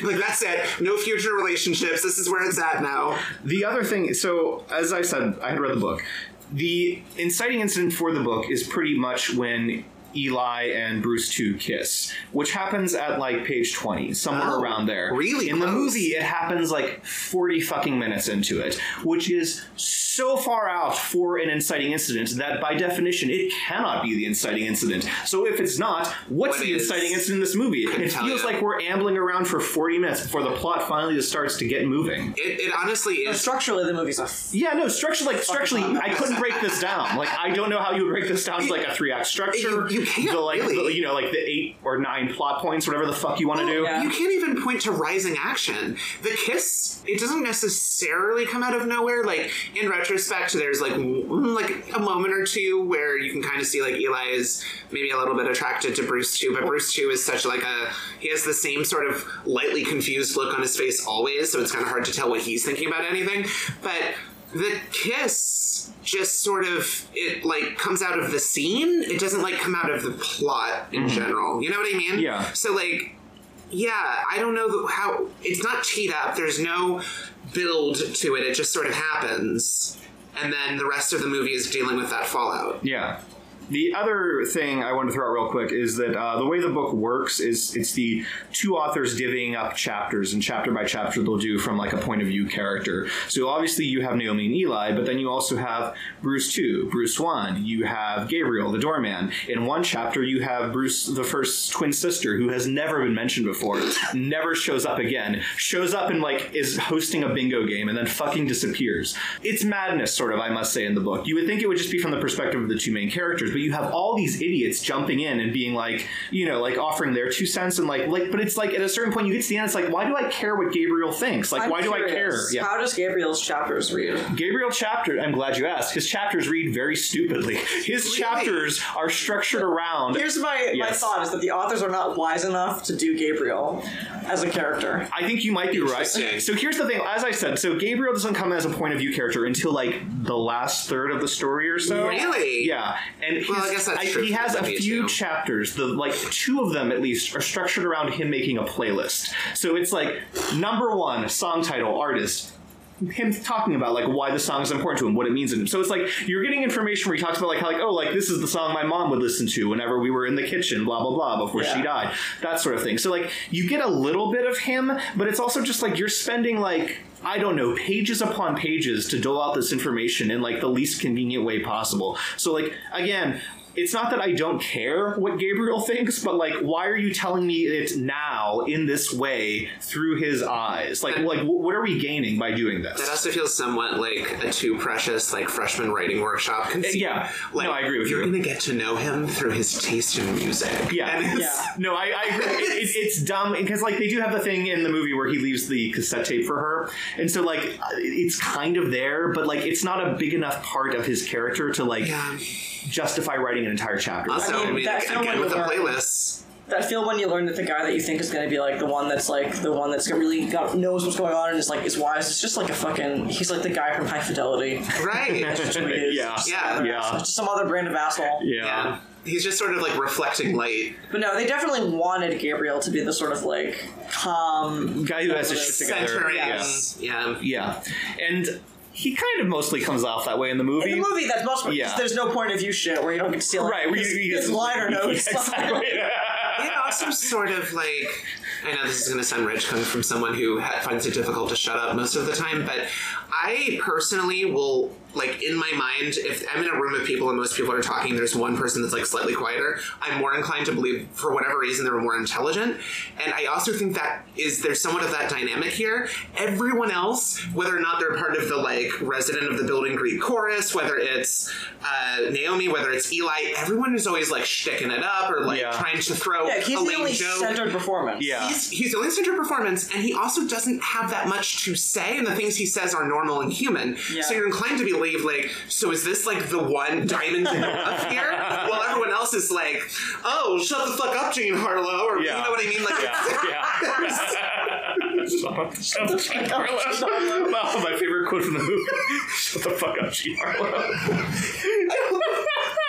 B: like that's it. No future relationships. This is where it's at now.
A: The other thing, so as I said, I had read the book. The inciting incident for the book is pretty much when Eli and Bruce 2 kiss, which happens at like page 20, somewhere
B: Oh,
A: around there.
B: really
A: In the
B: close.
A: movie, it happens like 40 fucking minutes into it, which is so far out for an inciting incident that by definition it cannot be the inciting incident. So if it's not, what's
B: What
A: the
B: is-
A: inciting incident in this movie? It
B: tell
A: feels
B: ya.
A: like we're ambling around for 40 minutes before the plot finally just starts to get moving.
B: It, it honestly is.
C: Structurally, the movie's a f-
A: Yeah, no, structure like structurally, I couldn't break this down. Like, I don't know how you would break this down to like a three act structure.
B: You- you can't,
A: the, like,
B: really. Oh,
A: the, you know, like the eight or nine plot points, whatever the fuck you want to do.
C: yeah.
B: You can't even point to rising action. The kiss, it doesn't necessarily come out of nowhere. Like in retrospect, there's like w- like a moment or two where you can kind of see like Eli is maybe a little bit attracted to Bruce too, but Bruce too is such like a he has the same sort of lightly confused look on his face always, so it's kind of hard to tell what he's thinking about anything. But the kiss just sort of it like comes out of the scene. It doesn't like come out of the plot in general. You know what I mean?
A: Mm-hmm. Yeah.
B: So like yeah, I don't know th- how. It's not teed up. There's no build to it. It just sort of happens, and then the rest of the movie is dealing with that fallout.
A: Yeah. The other thing I wanted to throw out real quick is that uh, the way the book works is it's the two authors divvying up chapters, and chapter by chapter they'll do from like a point of view character. So obviously you have Naomi and Eli, but then you also have Bruce two, Bruce one. You have Gabriel, the doorman. In one chapter you have Bruce, the first twin sister, who has never been mentioned before, never shows up again, shows up and like is hosting a bingo game, and then fucking disappears. It's madness, sort of. I must say in the book, you would think it would just be from the perspective of the two main characters, but you have all these idiots jumping in and being like, you know, like offering their two cents and like, like, but it's like at a certain point you get to the end, it's like, why do I care what Gabriel thinks? Like,
C: I'm
A: why do I care?
C: curious,
A: Yeah.
C: How does Gabriel's chapters read?
A: Gabriel chapter. I'm glad you asked. His chapters read very stupidly. His chapters are structured around.
C: Here's my, my
A: Yes.
C: thought is that the authors are not wise enough to do Gabriel as a character.
A: I think you might be right.
B: Interesting.
A: So here's the thing. As I said, so Gabriel doesn't come as a point of view character until like the last third of the story or so.
B: Really?
A: Yeah. And his,
B: Well, I guess that's true
A: he
B: for
A: has
B: the
A: a
B: movie,
A: few
B: too.
A: chapters. The like two of them at least are structured around him making a playlist. So it's like number one song title artist. Him talking about like why the song is important to him, what it means to him. So it's like you're getting information where he talks about like how like oh like this is the song my mom would listen to whenever we were in the kitchen, blah blah blah, before she
C: Yeah.
A: died, that sort of thing. So like you get a little bit of him, but it's also just like you're spending like I don't know pages upon pages to dole out this information in like the least convenient way possible. So like again. it's not that I don't care what Gabriel thinks, but like, why are you telling me it now in this way through his eyes? Like, like wh- what are we gaining by doing
B: It
A: this?
B: also feels somewhat like a too precious, like freshman writing workshop. Conceit.
A: Uh, Yeah,
B: like,
A: no, I agree with
B: You're
A: you.
B: gonna get to know him through his taste in music.
A: Yeah,
B: And it's-
C: Yeah.
A: No, I, I agree. It, it, it's dumb because like they do have the thing in the movie where he leaves the cassette tape for her, and so like uh, it's kind of there, but like it's not a big enough part of his character to like
B: Yeah.
A: justify writing an entire chapter.
B: Also,
C: I
B: I
C: mean,
B: mean,
C: that film
B: again with the
C: was-
B: playlists.
C: that feel when you learn that the guy that you think is going to be like the one that's like the one that's really got, knows what's going on and is like is wise. It's just like a fucking. He's like the guy from High Fidelity.
B: Right.
C: That's who he is.
A: Yeah.
C: Just
B: Yeah.
C: another
A: Yeah.
C: asshole. Just some other brand of asshole.
B: yeah. He's just sort of like reflecting light.
C: But no, they definitely wanted Gabriel to be the sort of like calm.
A: guy who has his shit together.
B: Centering.
A: Yeah.
B: yeah.
A: Yeah, and he kind of mostly comes off that way in the movie.
C: In the movie, that's much.
A: Yeah.
C: There's no point of view shit where you don't get to see like
A: right? We,
C: his,
A: we-
C: his liner
A: Yeah,
C: notes.
A: exactly.
B: It also sort of like I know this is going to sound rich coming from someone who ha- finds it difficult to shut up most of the time, but I personally will like in my mind if I'm in a room of people and most people are talking, there's one person that's like slightly quieter. I'm more inclined to believe for whatever reason they're more intelligent, and I also think that is there's somewhat of that dynamic here. Everyone else, whether or not they're part of the like resident of the building Greek chorus, whether it's uh, Naomi, whether it's Eli, everyone is always like shticking it up or like
A: Yeah.
B: trying to throw
C: yeah, he's
B: a
C: the
B: lame
C: only
B: joke.
C: centered performance.
A: Yeah.
B: He's, he's the only centered performance, and he also doesn't have that much to say, and the things he says are normal and human.
C: Yeah.
B: So you're inclined to believe, like, so is this like the one diamond in the rough here? While everyone else is like, oh, shut the fuck up, Jean Harlow, or
A: Yeah.
B: you know what I mean? Like,
A: Shut the fuck up, Harlow. Wow, my favorite quote from the movie. Shut the fuck up, G. Harlow.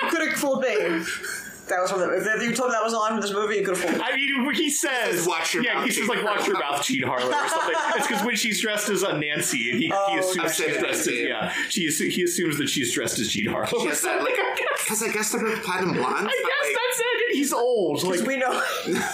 C: You could have fooled me. That was from the, if you told me that was on this movie, you could have fooled me.
A: I mean, he says,
B: says, "Watch your
A: yeah,
B: mouth,
A: he says
B: Gene
A: like, "Watch your mouth, Gene Harlow," or something. it's because when she's dressed as a Nancy, and he, he assumes
B: okay.
A: she's dressed as yeah, she assu- he assumes that she's dressed as Gene Harlow.
B: She has that, like, because I guess they're both platinum blondes.
A: I
B: but,
A: guess
B: like,
A: that's it. And he's old. Like,
C: We know.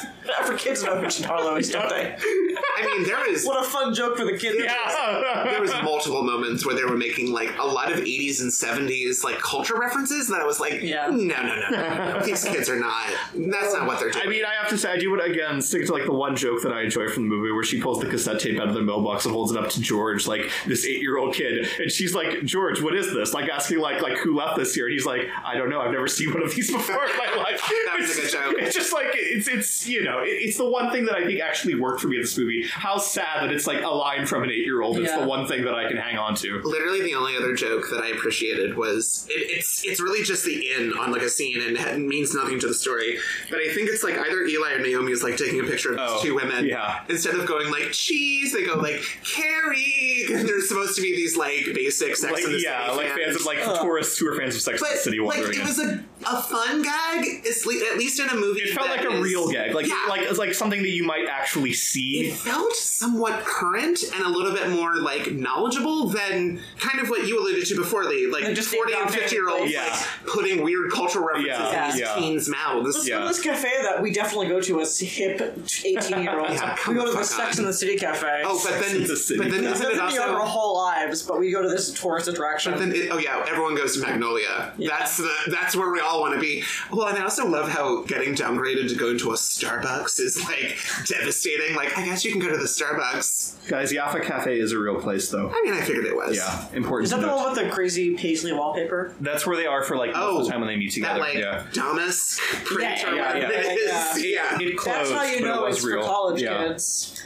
C: Our kids know who Jean Harlow is, don't they?
B: I mean, there is
C: What a fun joke for the kids.
A: yeah.
B: there was multiple moments where they were making like a lot of 80s and 70s like culture references that I was like,
C: Yeah.
B: no, no, no, no, no. these kids are not. That's not what they're doing.
A: I mean, I have to say, I do want to again stick to like the one joke that I enjoy from the movie, where she pulls the cassette tape out of the mailbox and holds it up to George, like this eight-year-old kid, and she's like, "George, what is this?" Like asking, like, like who left this here, and he's like, "I don't know. I've never seen one of these before in my life."
B: That was a good
A: It's-
B: joke.
A: It's just like it's it's you know it- it's the one thing that I think actually worked for me in this movie. How sad that it's like a line from an eight-year-old. It's
C: Yeah.
A: the one thing that I can hang on to.
B: Literally, the only other joke that I appreciated was it, it's it's really just the in on like a scene and it means nothing to the story. But I think it's like either Eli or Naomi is like taking a picture of
A: Oh,
B: these two women.
A: yeah.
B: Instead of going like cheese, they go like Carrie. There's supposed to be these like basic sex
A: Like
B: and the
A: yeah,
B: City
A: like fans of like
C: Ugh.
A: tourists who are fans of Sex and
B: But
A: the City
B: like,
A: wandering.
B: it
A: in.
B: was a, a fun gag. It's le- at least in a movie.
A: It felt
B: that
A: like a
B: is-
A: real gag, like
B: Yeah.
A: like it's like something that you might actually
B: It
A: see.
B: felt somewhat current and a little bit more like knowledgeable than kind of what you alluded to before, Lee. Like
C: Like, just the
B: forty and
C: adopted-
B: fifty year olds
A: Yeah.
B: like putting weird cultural references
A: Yeah,
B: in these
A: yeah.
B: teens' mouths.
A: Yeah.
C: Go to this cafe that we definitely go to as hip 18 year olds.
B: Yeah, come
C: we go to
B: the
C: the
B: fuck
C: Sex
B: on.
C: and the City cafe.
B: Oh, but then,
A: It's a city.
B: but then
A: Yeah.
B: isn't
C: They've
B: it
C: been
B: also?
C: young our whole lives, but we go to this tourist attraction.
B: Then it, oh yeah, everyone goes to Magnolia. That's the that's where we all want to be. Well, and I also love how getting downgraded to go to a Starbucks is like devastating. Like I guess you can go to the Starbucks.
A: Guys, Yaffa Cafe is a real place, though.
B: I mean, I figured it was.
A: Yeah, important.
C: is that
A: to
C: the
A: note.
C: one with the crazy paisley wallpaper?
A: That's where they are for like most
B: Oh,
A: of the time when they meet
B: that
A: together.
B: like
A: yeah.
B: dumbest print
C: Yeah,
B: or
C: yeah,
B: whatever
A: yeah.
B: it
C: Yeah.
B: is. Yeah.
A: It
C: That's
A: closed,
C: how you
A: but it
C: know
A: was
C: it's
A: real.
C: for college
A: yeah.
C: kids.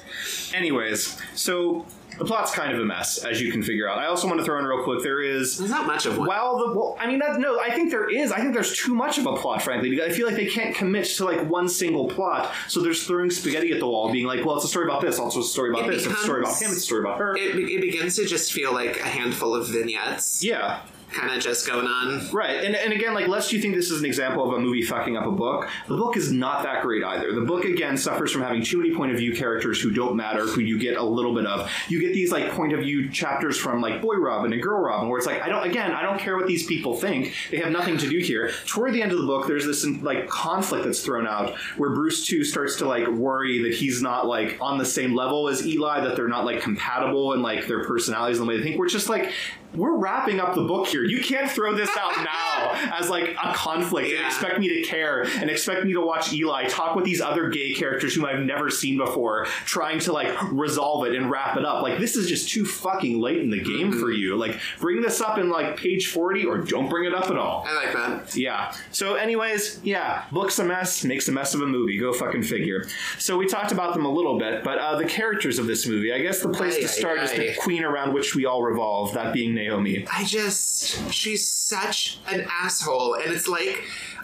A: Anyways, so the plot's kind of a mess, as you can figure out. I also want to throw in real quick. There is
B: There's not much of one.
A: Well, the well, I mean, that, no, I think there is. I think there's too much of a plot, frankly. I feel like they can't commit to like one single plot, so they're just throwing spaghetti at the wall, being like, "Well, it's a story about this, also a story about
B: It
A: this, it's a story about
B: becomes-
A: him, it's a story about her."
B: It, be- it begins to just feel like a handful of vignettes,
A: yeah,
B: kind of just going on.
A: right. And and again, like, lest you think this is an example of a movie fucking up a book, the book is not that great either. The book again suffers from having too many point of view characters who don't matter, who you get a little bit of. You get these like point of view chapters from like Boy Robin and Girl Robin, where it's like, I don't. Again, I don't care what these people think. They have nothing to do here. Toward the end of the book, there's this like conflict that's thrown out where Bruce too starts to like worry that he's not like on the same level as Eli, that they're not like compatible and like their personalities and the way they think. We're just like we're wrapping up the book here. You can't throw this out now as like a conflict and
B: Yeah.
A: expect me to care and expect me to watch Eli talk with these other gay characters whom I've never seen before, trying to like resolve it and wrap it up. Like this is just too fucking late in the game for you. Like bring this up in like page 40 or don't bring it up at all.
B: I like that.
A: Yeah. So, anyways, yeah, book's a mess, makes a mess of a movie. Go fucking figure. So, we talked about them a little bit, but uh, the characters of this movie, I guess the place
B: Aye,
A: to start
B: aye,
A: is the
B: aye.
A: queen around which we all revolve, that being Naomi.
B: I just she's such an asshole, and it's like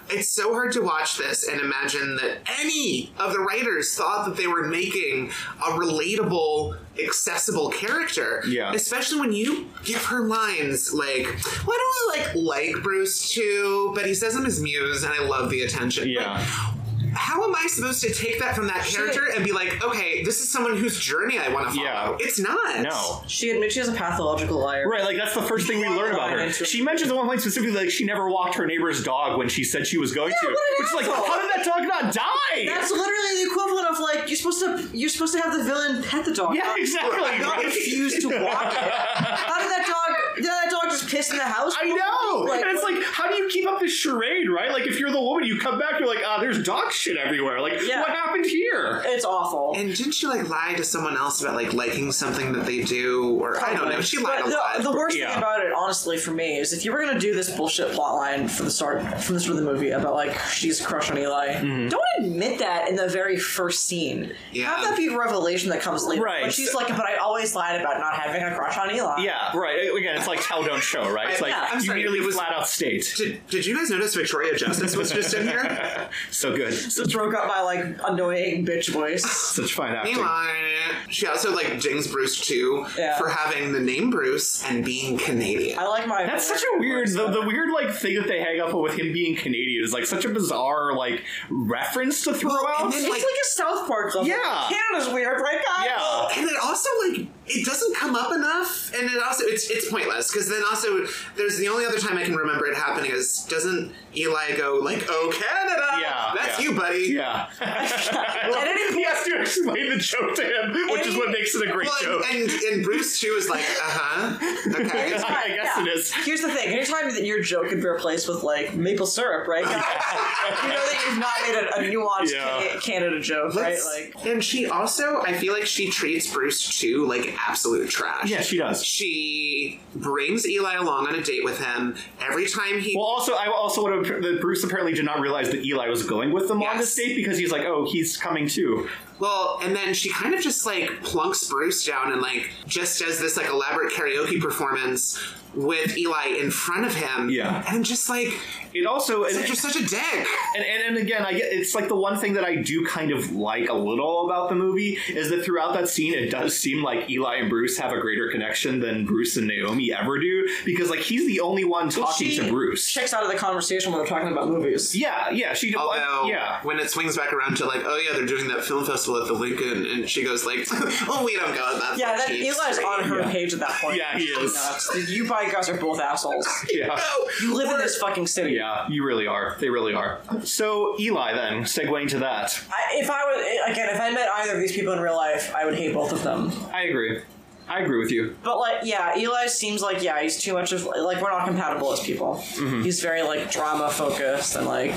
B: it's so hard to watch this and imagine that any of the writers thought that they were making a relatable, accessible character.
A: Yeah.
B: Especially when you give her lines like, "Why don't I like like Bruce too?" But he says I'm his muse, and I love the attention.
A: Yeah.
B: Like, how am I supposed to take that from that character and be like, okay, this is someone whose journey I want to follow?
A: Yeah.
B: It's not.
A: No.
C: She admits she is a pathological liar.
A: Right, like that's the first thing we learn about her. She mentions at one point specifically, like she never walked her neighbor's dog when she said she was going to.
C: what an
A: Which is like,
C: asshole.
A: how did that dog not die?
C: That's literally the equivalent of like you're supposed to you're supposed to have the villain pet the dog.
A: yeah,
C: not-
A: exactly.
C: Not
A: right.
C: refuse to walk it. How did that dog? Did that dog just piss in the house?
A: I know.
C: Like,
A: and it's like, how do you keep up this charade, right? Like, if you're the woman, you come back, you're like, ah, there's dog shit everywhere. Like,
C: Yeah.
A: what happened here?
C: it's awful.
B: And didn't she like lie to someone else about like liking something that they do, or I don't know? She lied
C: But
B: a
C: the,
B: lot.
C: The worst
A: Yeah.
C: thing about it, honestly, for me, is if you were gonna do this bullshit plotline from the start, from the start of the movie about like she's a crush on Eli,
A: Mm-hmm.
C: don't admit that in the very first scene.
B: Yeah.
C: Have that be a revelation that comes later.
A: Right.
C: But she's like, but I always lied about not having a crush on Eli.
A: Yeah, right. Again, it's like tell, don't show, right? It's like
C: Yeah. I'm
A: you
B: sorry,
A: merely
B: it was-
A: flat out state.
B: did, did you guys notice Victoria Justice was just in here?
A: So good.
C: So broke up by like annoying bitch voice.
A: Such fine acting.
B: Meanwhile, she also like dings Bruce too
C: Yeah.
B: for having the name Bruce and being Canadian.
C: I like my.
A: That's such a weird, the, the weird like thing that they hang up on with him being Canadian is like such a bizarre like reference to throw out.
B: and
C: It's
B: then,
C: like, a South Park level.
A: Yeah.
C: Canada's weird, right, guys?
A: yeah,
B: and it also like it doesn't come up enough and it also it's it's pointless because then also there's the only other time i can remember it happening is doesn't eli go like oh canada
A: Yeah,
B: that's
A: yeah.
B: you buddy
A: yeah.
C: At any
A: he has to explain the joke to him, which is what makes it a great
B: well,
A: joke.
B: and, and, and bruce too is like uh-huh okay
A: I guess
C: Yeah.
A: it is.
C: Here's the thing: anytime that your joke could be replaced with like maple syrup, right? guys? you know that you've not made a, a nuanced
A: Yeah.
C: Ca- Canada joke,
B: Let's-
C: right? Like,
B: and she also, I feel like she treats Bruce too like absolute trash.
A: Yeah, she does.
B: She brings Eli along on a date with him every time he.
A: Well, also, I also want to. That Bruce apparently did not realize that Eli was going with them on
B: Yes.
A: this date because he's like, oh, he's coming too.
B: Well, and then she kind of just like plunks Bruce down and like just does this like elaborate karaoke performance with Eli in front of him.
A: Yeah.
B: And I'm just like,
A: It also. And,
B: you're such a dick.
A: and, and, and again, I get, it's like the one thing that I do kind of like a little about the movie is that throughout that scene, it does seem like Eli and Bruce have a greater connection than Bruce and Naomi ever do because, like, he's the only one talking
C: she
A: to Bruce.
C: checks out of the conversation when they're talking about movies.
A: yeah, yeah, she.
B: Although,
A: yeah.
B: when it swings back around to like, oh yeah, they're doing that film festival at the Lincoln, and she goes like, oh, we don't go to that.
C: Yeah, that
B: 14th
C: Eli's
B: Street."
C: on her page at that point.
A: Yeah, he is.
C: Nuts. You by guys are both assholes.
A: Yeah.
B: No,
C: You live in this fucking city.
A: Yeah, you really are. They really are. So, Eli, then, segueing to that.
C: I, if I was again, if I met either of these people in real life, I would hate both of them.
A: I agree. I agree with you.
C: But like, yeah, Eli seems like yeah, he's too much of like we're not compatible as people.
B: Mm-hmm.
C: He's very like drama focused and like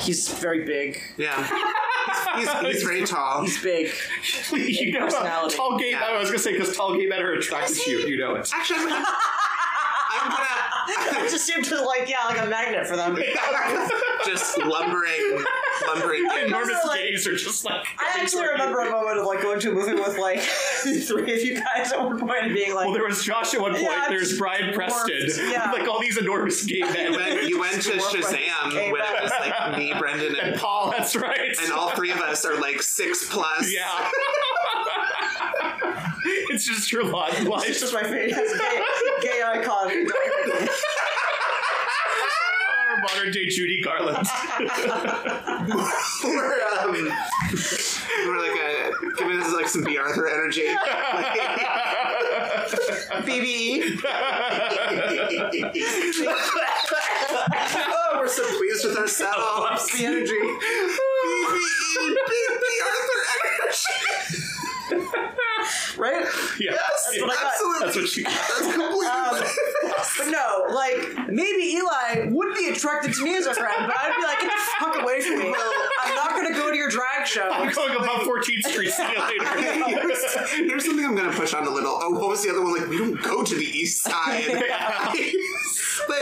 C: he's very big,
B: Yeah, he's, he's very tall.
C: he's big.
A: you know,
C: Personality.
A: tall gay. I was gonna say because tall gay men are attracted to you. You know it.
B: Actually, I'm gonna. I'm gonna
C: I just seem to like yeah, like a magnet for them.
B: just lumbering, lumbering.
A: Enormous
C: like-
A: gays are just like.
C: I actually remember a moment of like going to a movie with like the three of you guys at one point and being like,
A: Well, there was Josh at one point.
C: Yeah,
A: There's Brian
C: dwarfed,
A: Preston.
C: yeah.
A: Like all these enormous gay
B: You
A: men.
B: went, you went to Shazam when it was like me, Brendan,
A: and
B: and,
A: Paul. That's right.
B: and all three of us are like six plus.
A: Yeah. it's just your lot life.
C: "This is my favorite gay, gay icon."
A: Our modern day Judy Garland.
B: we're, um, we're like a, giving us like some B. Arthur energy.
C: BB.
B: oh, we're so pleased with ourselves. E,
C: The energy.
B: BBE, big B. Arthur energy.
C: right?
E: Yeah.
B: Yes,
C: That's what I got. Um,
B: absolutely.
E: That's what she got.
B: That's completely what it is.
C: But no, like maybe Eli would be attracted to me as a friend, but I'd be like, get the fuck away from me. I'm not gonna go to your drag show.
E: I'm going above 14th Street. See you later.
B: here's, here's something I'm going to push on a little. Oh, what was the other one? Like, we don't go to the east side. but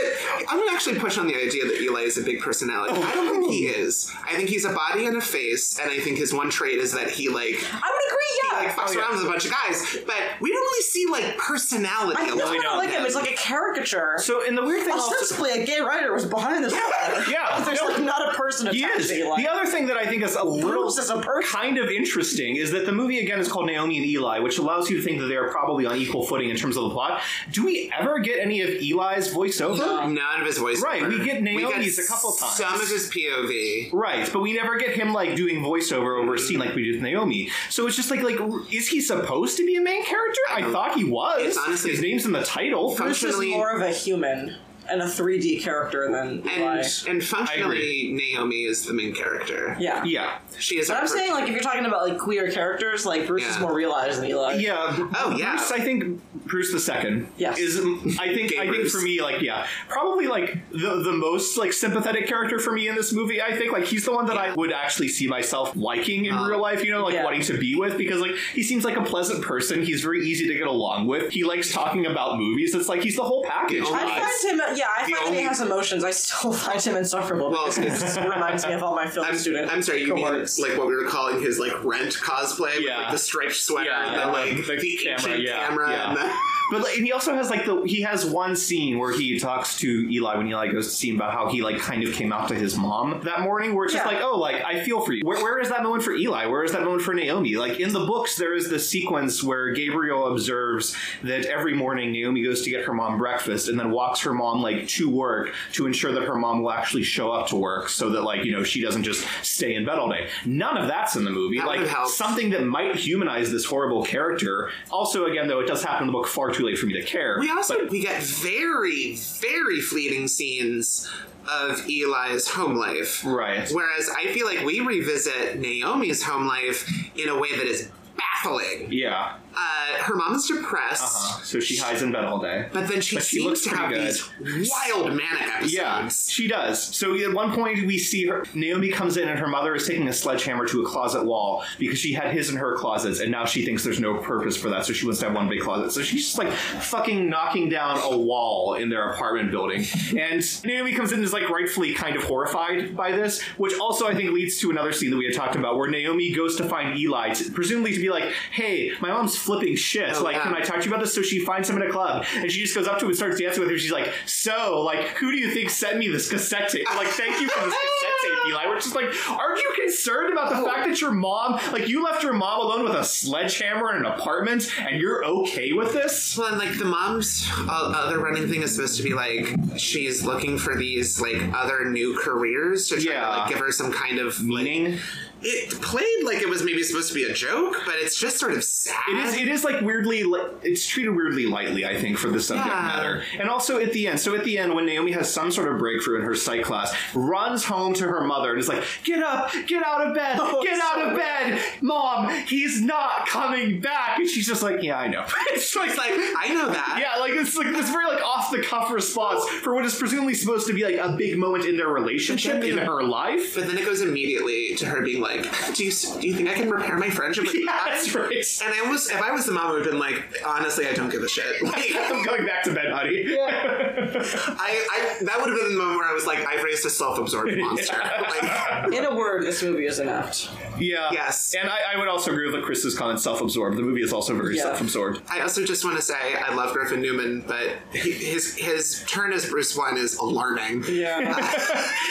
B: I'm going to actually push on the idea that Eli is a big personality. I don't think he
C: Oh.
B: is. I think he's a body and a face, and I think his one trait is that he, like,
C: I would agree, Oh, yeah.
B: like fucks around with a bunch of guys. But we don't really see, like, personality.
C: I
B: a
C: think that's
B: lot.
C: why I don't like him. It's like a caricature.
A: So, and the weird thing also.
C: Ostensibly, a gay writer was behind this. Yeah,
A: yeah.
C: There's
A: No.
C: like not a person
A: He
C: attached
A: is.
C: to Eli.
A: The other thing that I think is a little
C: Bruce is a person.
A: kind of interesting is that the movie again is called Naomi and Eli, which allows you to think that they are probably on equal footing in terms of the plot. Do we ever get any of Eli's voiceover? Um,
B: None of his voice.
A: Right, we get Naomi's a couple times.
B: Some of his POV.
A: Right, but we never get him like doing voiceover over a scene like we do with Naomi. So it's just like, like, is he supposed to be a main character? I, thought he was.
B: It's honestly-
A: his name's in the title.
C: Bruce is
B: Functionally-
C: more of a human and a 3D character than Eli.
B: And, and functionally,
A: agree.
B: Naomi is the main character.
C: yeah.
A: Yeah,
B: She is
C: But
B: our
C: I'm
B: per-
C: saying, like, if you're talking about like queer characters, like Bruce is
B: Yeah.
C: more realized than Eli.
A: yeah.
B: Oh, yeah.
A: Bruce, I think Bruce the second.
C: Yes.
A: is I think
B: Gay
A: I think
B: Bruce.
A: for me like yeah probably like the the most like sympathetic character for me in this movie. I think like he's the one that I would actually see myself liking in
B: Uh-huh.
A: real life. You know, like
C: yeah.
A: wanting to be with because like he seems like a pleasant person. He's very easy to get along with. He likes talking about movies. It's like he's the whole package.
B: The only-
A: guys.
C: I find him, yeah, I find that
B: only-
C: he has emotions. I still find him insufferable.
B: Well,
C: because it just reminds me of all my film
B: I'm,
C: student.
B: I'm sorry, you
C: cohorts.
B: mean like what we were calling his like rent cosplay with
A: Yeah.
B: like the striped sweater
A: Yeah,
B: and
A: yeah.
B: the like
A: The
B: the,
A: camera,
B: ancient
A: yeah,
B: camera
A: yeah.
B: and the,
A: But like, and he also has like the he has one scene where he talks to Eli when Eli goes to see him about how he like kind of came out to his mom that morning. Where it's just
C: Yeah.
A: like, oh, like I feel for you. Where, where is that moment for Eli? Where is that moment for Naomi? Like in the books, there is this sequence where Gabriel observes that every morning Naomi goes to get her mom breakfast and then walks her mom like to work to ensure that her mom will actually show up to work so that like you know she doesn't just stay in bed all day. None of that's in the movie.
B: That
A: like
B: would've helped.
A: something that might humanize this horrible character. Also, again, though, it does happen in the book far too late for me to care.
B: We also we get very very fleeting scenes of Eli's home life.
A: Right.
B: Whereas I feel like we revisit Naomi's home life in a way that is baffling.
A: yeah.
B: Uh, her mom is depressed.
A: Uh-huh. So she hides in bed all day.
B: But then she
A: But she
B: seems
A: looks
B: to
A: pretty
B: have
A: good.
B: these wild manic episodes.
A: Yeah, she does. So at one point we see her. Naomi comes in and her mother is taking a sledgehammer to a closet wall because she had his in her closets, and now she thinks there's no purpose for that, so she wants to have one big closet. So she's just like fucking knocking down a wall in their apartment building, and Naomi comes in and is like rightfully kind of horrified by this, which also I think leads to another scene that we had talked about where Naomi goes to find Eli, to, presumably to be like, "Hey, my mom's flipping shit.
B: Oh,
A: like,
B: yeah.
A: can I talk to you about this?" So she finds him in a club, and she just goes up to him and starts dancing with him. She's like, "So, like, who do you think sent me this cassette tape? Like, thank you for this cassette tape, Eli." Which is like, aren't you concerned about the fact that your mom, like, you left your mom alone with a sledgehammer in an apartment, and you're okay with this?
B: Well, and like the mom's uh, other running thing is supposed to be like she's looking for these like other new careers to try
A: Yeah.
B: to like give her some kind of like-
A: Meaning.
B: it played like it was maybe supposed to be a joke, but it's just sort of sad.
A: It is. It is like weirdly. li- It's treated weirdly lightly, I think, for the subject
B: Yeah.
A: matter. And also at the end. So at the end, when Naomi has some sort of breakthrough in her psych class, runs home to her mother and is like, "Get up! Get out of bed! get out of bed, mom! He's not coming back!" And she's just like, "Yeah, I know." it's like.
B: It's like I know that.
A: yeah, like it's like this very like off the cuff response for what is presumably supposed to be like a big moment in their relationship in her life.
B: But then it goes immediately to her being like, "Do you s- do you think I can repair my friendship?" With
A: Yeah,
B: God?"
A: that's right.
B: And I almost, if I was the mom, I would have been like, "Honestly, I don't give a shit." Like,
A: I'm going back to bed, honey.
B: I, I that would have been the moment where I was like, "I've raised a self-absorbed monster." Like,
C: In a word, this movie is inept.
A: Yeah.
B: Yes.
A: And I, I would also agree with Chris's comment self absorbed. The movie is also very
C: Yeah.
A: self absorbed.
B: I also just want to say I love Griffin Newman, but he- his his turn as Bruce Wayne is alarming.
C: Yeah.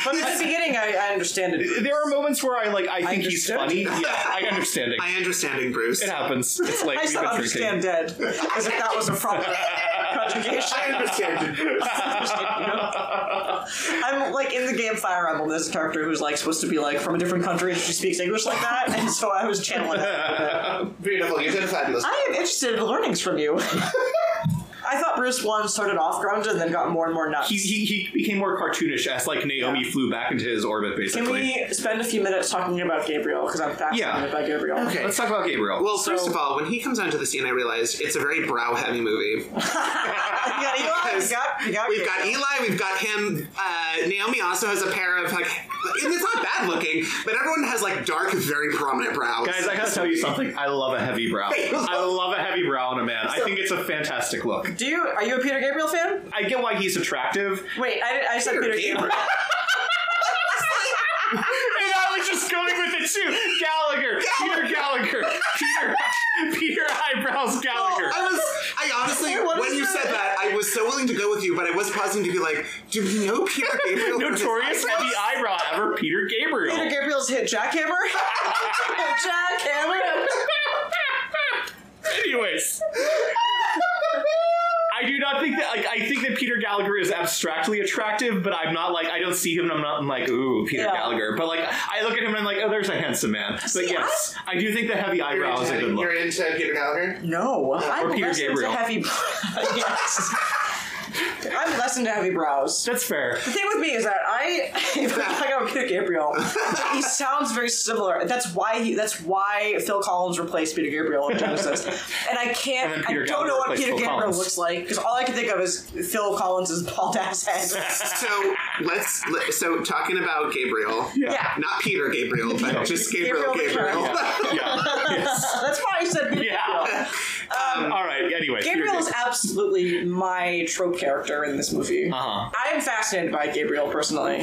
C: but at the beginning, I, I understand it.
A: There are moments where I like I think he's
C: understand.
A: funny. Yeah, I understand it.
B: I understanding Bruce.
A: it happens. It's like
C: I
A: we've
C: still
A: been
C: understand
A: drinking.
C: dead. As if that was a proper conjugation.
B: I understand.
C: I'm like in the game Fire Emblem. There's a character who's like supposed to be like from a different country. and She speaks English like that, and so I was channeling. That.
B: Beautiful. You did a fabulous.
C: I am interested in learnings from you. I thought Bruce one started off grounded and then got more and more nuts.
A: He, he, he became more cartoonish as like Naomi flew back into his orbit,
C: Can
A: basically.
C: we spend a few minutes talking about Gabriel? Because I'm fascinated
A: Yeah.
C: by Gabriel.
B: Okay.
A: Let's talk about Gabriel.
B: Well, first of all, when he comes onto the scene, I realized it's a very brow-heavy movie.
C: You got Eli, you got, you got
B: We've
C: Gabriel.
B: got
A: E-
B: Eli, we've got him. Uh, Naomi also has a pair of like, and it's not bad looking, but everyone has like dark, very prominent brows.
A: Guys, I gotta tell you something. I love a heavy brow. I love a heavy brow on a man. I think it's a fantastic look.
C: Do you are you a Peter Gabriel fan?
A: I get why he's attractive. And
C: Wait, I, did- I said Peter,
B: Peter
C: Gabriel.
B: Gabriel.
A: I was just going with it too. Gallagher. Peter Gallagher. Peter Peter Eyebrows Gallagher.
B: Oh, I was, I honestly,
C: What
B: when
C: is
B: you
C: that?
B: said that, I was so willing to go with you, but I was pausing to be like, do we know Peter Gabriel? from his
A: Notorious
B: eyebrows?
A: heavy eyebrow ever, Peter Gabriel.
C: Peter Gabriel's hit Jackhammer. Jackhammer.
A: Anyways. I do not think that like I think that Peter Gallagher is abstractly attractive, but I'm not like I don't see him and I'm not I'm like, ooh, Peter
C: Yeah.
A: Gallagher. But like I look at him and I'm like, oh there's a handsome man. But yes, I do think the heavy
B: You're
A: eyebrow is a
B: into,
A: good look.
B: you're into Peter Gallagher?
C: No, I'm
A: Peter
C: less into
A: Gabriel.
C: heavy. yes. I'm less into heavy brows.
A: That's fair.
C: The thing with me is that I, if I talk about Peter Gabriel, he sounds very similar. That's why he, that's why Phil Collins replaced Peter Gabriel in Genesis. And I
A: And
C: can't,
A: then
C: I
A: Peter
C: don't
A: Gallagher
C: know what
A: replaced
C: Peter
A: Phil
C: Gabriel
A: Collins.
C: looks like because all I can think of is Phil Collins' bald ass head.
B: So let's. let- So talking about Gabriel,
C: Yeah.
B: not Peter Gabriel, but just Gabriel.
C: Gabriel the
B: Gabriel.
A: Yeah. yeah. Yes.
C: That's why I said Peter Gabriel.
A: Yeah. Um, all right. Anyway,
C: Gabriel is absolutely my trope character in this movie.
A: Uh-huh.
C: I am fascinated by Gabriel personally.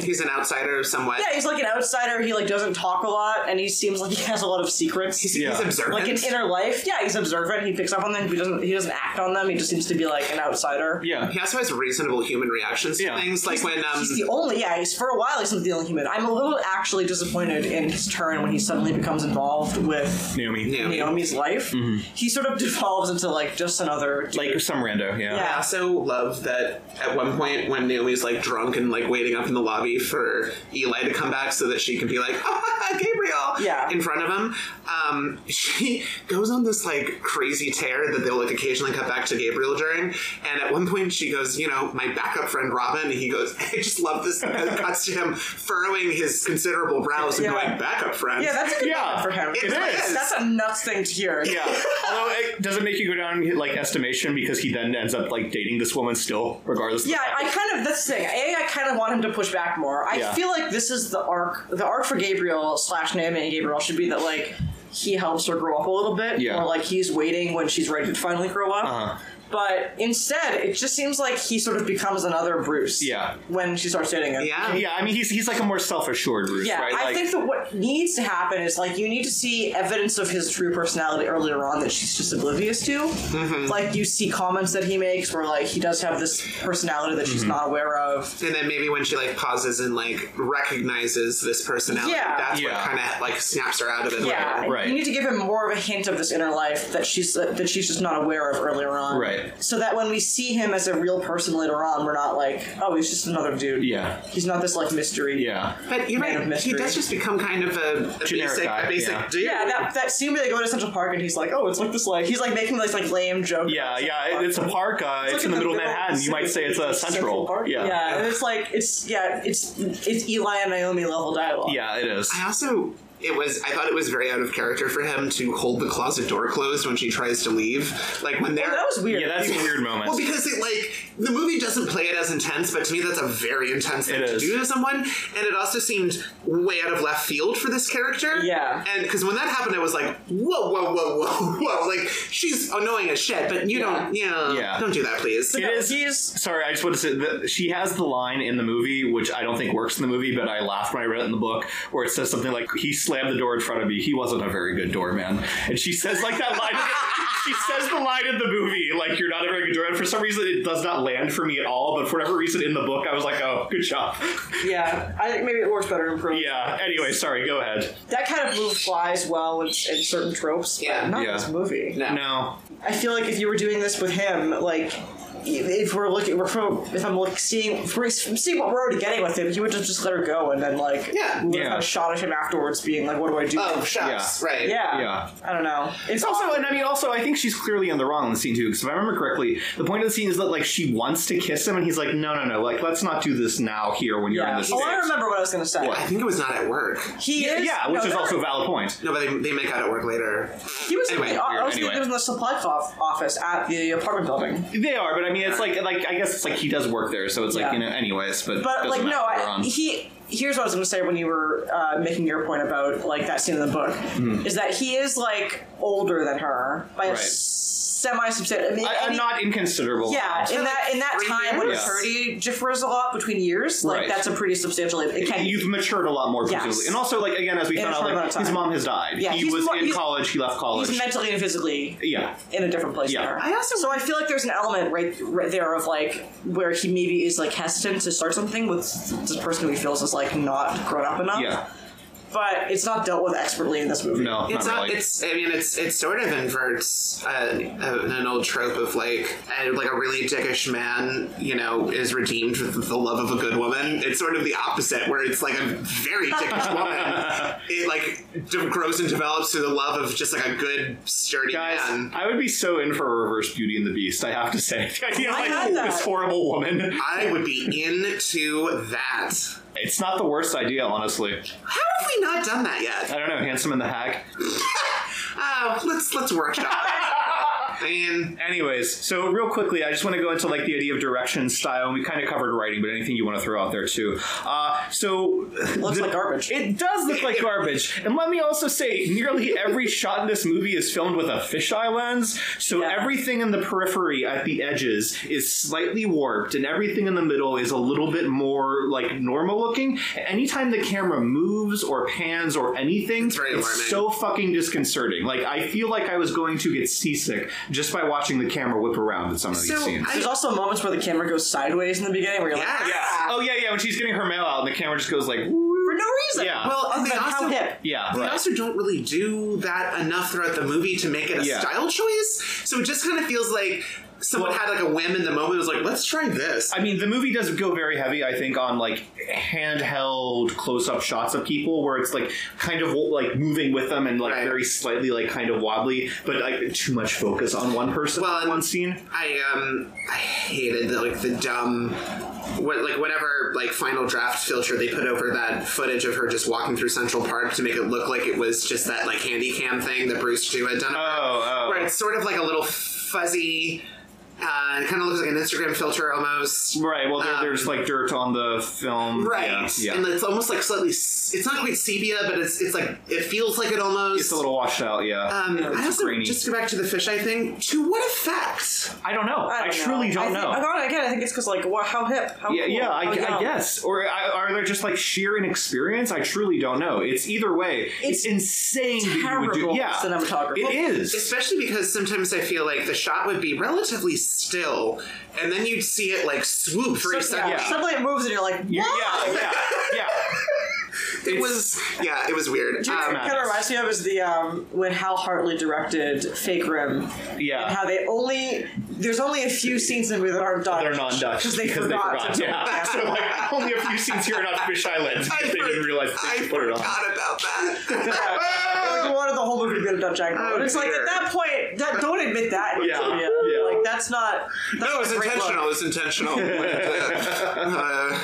B: He's an outsider somewhat.
C: Yeah, he's like an outsider. He like doesn't talk a lot, and he seems like he has a lot of secrets.
B: He's,
A: Yeah.
B: he's observant.
C: like an inner life. Yeah, he's observant. He picks up on them. He doesn't. He doesn't act on them. He just seems to be like an outsider.
A: yeah.
B: he also has reasonable human reactions to
A: Yeah.
B: things, like when um,
C: He's the only. Yeah, he's for a while. He's the only human. I'm a little actually disappointed in his turn when he suddenly becomes involved with
A: Naomi. Mm-hmm.
B: Yeah.
C: Naomi's life. He sort of devolves into like just another.
A: Like some rando. Yeah.
B: I
C: Yeah.
B: also love that at one point when Naomi's like drunk and like waiting up in the lobby for Eli to come back so that she can be like, ah, Gabriel,
C: Yeah.
B: in front of him, um, she goes on this like crazy tear that they'll like occasionally cut back to Gabriel during. And at one point she goes, you know, my backup friend Robin, and he goes, I just love this. It cuts to him furrowing his considerable brows and
C: Yeah.
B: going, backup friend.
C: yeah, that's a good
A: Yeah,
C: yeah, for him.
A: it
B: is.
C: That's a nuts thing to hear.
A: Yeah. Although it doesn't make you go down like estimation because he then ends up like dating this woman still, regardless.
C: Yeah,
A: Of the
C: I kind of that's the thing. A, I kind of want him to push back more. I
A: Yeah.
C: feel like this is the arc. The arc for Gabriel slash Naomi and Gabriel should be that like he helps her grow up a little bit,
A: Yeah. Uh-huh.
C: or like he's waiting when she's ready to finally grow up. But instead, it just seems like he sort of becomes another Bruce.
A: Yeah.
C: When she starts dating him.
B: Yeah.
A: yeah. I mean, he's he's like a more self-assured Bruce,
C: Yeah,
A: right?
C: I
A: Like,
C: think that what needs to happen is like you need to see evidence of his true personality earlier on that she's just oblivious to. Like you see comments that he makes where like he does have this personality that she's
A: Mm-hmm.
C: not aware of.
B: And then maybe when she like pauses and like recognizes this personality,
C: Yeah.
B: that's
A: Yeah.
B: what kind of like snaps her out of it.
C: Yeah,
A: Right.
C: you need to give him more of a hint of this inner life that she's uh, that she's just not aware of earlier on,
A: Right.
C: So that when we see him as a real person later on, we're not like, oh, he's just another dude.
A: Yeah.
C: he's not this like mystery.
A: yeah.
B: But you're
C: Man of
B: right. He
C: mystery.
B: does just become kind of a, a
A: Generic
B: basic,
A: guy,
B: a basic
A: yeah.
B: dude.
C: Yeah, that, that scene where they go to Central Park and he's like, oh, it's like this like he's like making this like lame joke.
A: Yeah,
C: about
A: yeah,
C: Central
A: it- it's a
C: Park.
A: park. Uh, it's,
C: like
A: in the middle of
C: of
A: Manhattan. You
C: city.
A: might say it's a central.
C: Park.
A: Yeah.
C: yeah. and it's like it's yeah, it's it's Eli and Naomi level dialogue.
A: Yeah, it is.
B: I also it was I thought it was very out of character for him to hold the closet door closed when she tries to leave. Like when they're
C: Oh, that was weird.
A: Yeah, that's a weird moment.
B: Well, because it like the movie doesn't play it as intense, but to me that's a very intense thing
A: It
B: to
A: is.
B: do to someone. And it also seemed way out of left field for this character.
C: Yeah.
B: And because when that happened, I was like, whoa, whoa, whoa, whoa, whoa! Like she's annoying as shit, but you don't, you know,
A: Yeah.
B: don't do that, please.
A: It is. sorry, I just want to say that she has the line in the movie, which I don't think works in the movie, but I laughed when I read it in the book, where it says something like, "He slammed the door in front of me. He wasn't a very good doorman." And she says like that line. she says the line in the movie, like, "You're not a very good doorman." For some reason, it does not land for me at all. But for whatever reason, in the book, I was like, "Oh, good job."
C: yeah. I think maybe it works better in prose.
A: Yeah. Anyway, sorry. Go ahead.
C: that kind of move flies well in, in certain tropes, but
B: Yeah.
C: not
A: Yeah.
C: in this movie.
A: No.
C: I feel like if you were doing this with him, like if we're looking, we're pro, if I'm looking, seeing, if we're seeing what we're already getting with him, he would just, just let her go and then like,
D: Yeah.
C: we would
A: Yeah.
C: have had a shot at him afterwards, being like, what do I do?
D: Oh, shucks.
A: Yeah.
D: Right.
C: yeah,
A: Yeah.
C: I don't know. It's
A: It's also,
C: also
A: and I mean, also, I think she's clearly in the wrong in the scene too. Because if I remember correctly, the point of the scene is that like she wants to kiss him, and he's like, "No, no, no! Like, let's not do this now here when you're in
C: yeah.
A: this."
C: Oh,
A: state."
C: I remember what I was gonna say.
B: I think it was not at work.
C: He is
A: Yeah, which
C: no,
A: is
C: they're-
A: also a valid point.
B: No, but they, they make out at work later.
C: He was
B: Anyway,
C: in the, I- I
A: weird,
C: was thinking
A: anyway.
C: he was in the supply co- office at the apartment building.
A: They are, but I mean, it's like, like I guess it's like he does work there, so it's like
C: Yeah.
A: you know, anyways. But
C: But
A: doesn't
C: like, no,
A: matter, we're
C: I,
A: on.
C: he. Here's what I was gonna say when you were uh, making your point about like that scene in the book is that he is like older than her by a
A: Hmm. Right.
C: semi substantial. I mean,
A: I,
C: any-
A: am not inconsiderable.
C: Yeah, in that in that
B: three
C: time when
A: years?
C: maturity differs a lot between years, like
A: Right.
C: that's a pretty substantial. It can
A: You've matured a lot more,
C: Yes.
A: presumably, and also like again, as we
C: In a
A: found
C: short
A: out,
C: amount
A: like
C: of time.
A: his mom has died.
C: Yeah,
A: he
C: he's
A: was
C: mo-
A: in
C: he's-
A: college. He left college.
C: he's mentally and physically
A: yeah,
C: in a different place
A: Yeah.
C: than her.
A: I
C: also so I feel like there's an element right, right there of like where he maybe is like hesitant to start something with this person who he feels is like not grown up enough.
A: yeah.
C: but it's not dealt with expertly in this movie.
A: No,
B: It's
A: not
B: not.
A: really.
B: It's. I mean, it's. It sort of inverts uh, an old trope of like, uh, like a really dickish man, you know, is redeemed with the love of a good woman. It's sort of the opposite, where it's like a very dickish woman. It like de- grows and develops through the love of just like a good sturdy
A: Guys,
B: man.
A: I would be so in for a reverse Beauty and the Beast. I have to say, the idea of
C: I
A: like
C: had that.
A: this horrible woman.
B: I would be into that.
A: It's not the worst idea, honestly.
B: How have we not done that yet?
A: I don't know, handsome in the hack.
B: Oh, let's let's workshop. that. I mean,
A: Anyways, so real quickly, I just want to go into like the idea of direction, style, and we kind of covered writing, but anything you want to throw out there too. Uh, so
C: Looks like garbage.
A: It does look like garbage, and let me also say, nearly every shot in this movie is filmed with a fisheye lens, so
C: Yeah.
A: everything in the periphery at the edges is slightly warped, and everything in the middle is a little bit more like normal looking. Anytime the camera moves or pans or anything, it's,
B: very alarming.
A: so fucking disconcerting. Like I feel like I was going to get seasick just by watching the camera whip around at some of these
B: So,
A: scenes.
C: There's also moments where the camera goes sideways in the beginning where you're like, "Ah,
B: yeah,
A: yeah. Oh yeah, yeah. When she's getting her mail out, and the camera just goes like,
C: for no reason.
A: Yeah.
B: Well, and they
C: Like, how
B: also
C: hip.
A: yeah.
B: They
A: right.
B: also don't really do that enough throughout the movie to make it a
A: Yeah.
B: style choice. So it just kind of feels like someone
A: Well-
B: had like a whim in the moment. Was like, let's try this.
A: I mean, the movie does go very heavy, I think, on like handheld close-up shots of people, where it's like kind of like moving with them and like
B: Right.
A: very slightly like kind of wobbly, but like too much focus on one person,
B: Well, and-
A: one scene.
B: I um I hated the, like the dumb what like whatever like final draft filter they put over that footage of her just walking through Central Park to make it look like it was just that like handy cam thing that Bruce Chu had done.
A: Oh, oh.
B: Where it's sort of like a little fuzzy. Uh, it kind of looks like an Instagram filter almost.
A: Right. Well, there,
B: Um,
A: there's like dirt on the film,
B: Right.
A: Yeah.
B: And
A: yeah.
B: it's almost like slightly. s- It's not quite sepia, but it's it's like it feels like it almost.
A: It's a little washed out. Yeah.
B: Um, I also
A: grainy.
B: just to go back to the fisheye thing. To what effect?
A: I don't know. I,
C: don't
A: truly
C: know.
A: don't
C: I
A: know.
C: Think, again, again, I think it's because like, wow, how hip? How
A: Yeah,
C: cool,
A: yeah, I,
C: how
A: I
C: young.
A: guess. Or I, are they just like sheer inexperience? I truly don't know. It's either way. It's,
C: It's
A: insane. That you would do.
C: terrible
A: Yeah,
C: cinematography.
A: It is.
B: Especially because sometimes I feel like the shot would be relatively still, and then you'd see it like swoop
C: So,
B: for a
C: yeah,
B: second.
C: Suddenly it moves and you're like,
A: You're-
C: what?
A: yeah, yeah, yeah.
B: It was yeah, it was weird.
C: Do you know
B: Um,
C: what kind of reminds me of is the um, when Hal Hartley directed Fake Rim.
A: Yeah.
C: And how they only there's only a few scenes in the movie that aren't Dutch.
A: They're non Dutch
C: because they forgot. to-
A: yeah. so like only a few scenes here are not fish islands
B: I
A: because they didn't
B: for-
A: realize they
B: I
A: should put it on.
B: forgot about that.
C: Like, you wanted the whole movie to be a Dutch accent,
B: Oh,
C: but it's like
B: dear.
C: at that point, that, don't admit that.
A: Yeah.
C: Julia.
A: Yeah.
C: Like that's not. That's
B: no, it was
C: a great
B: intentional. It was intentional. Uh,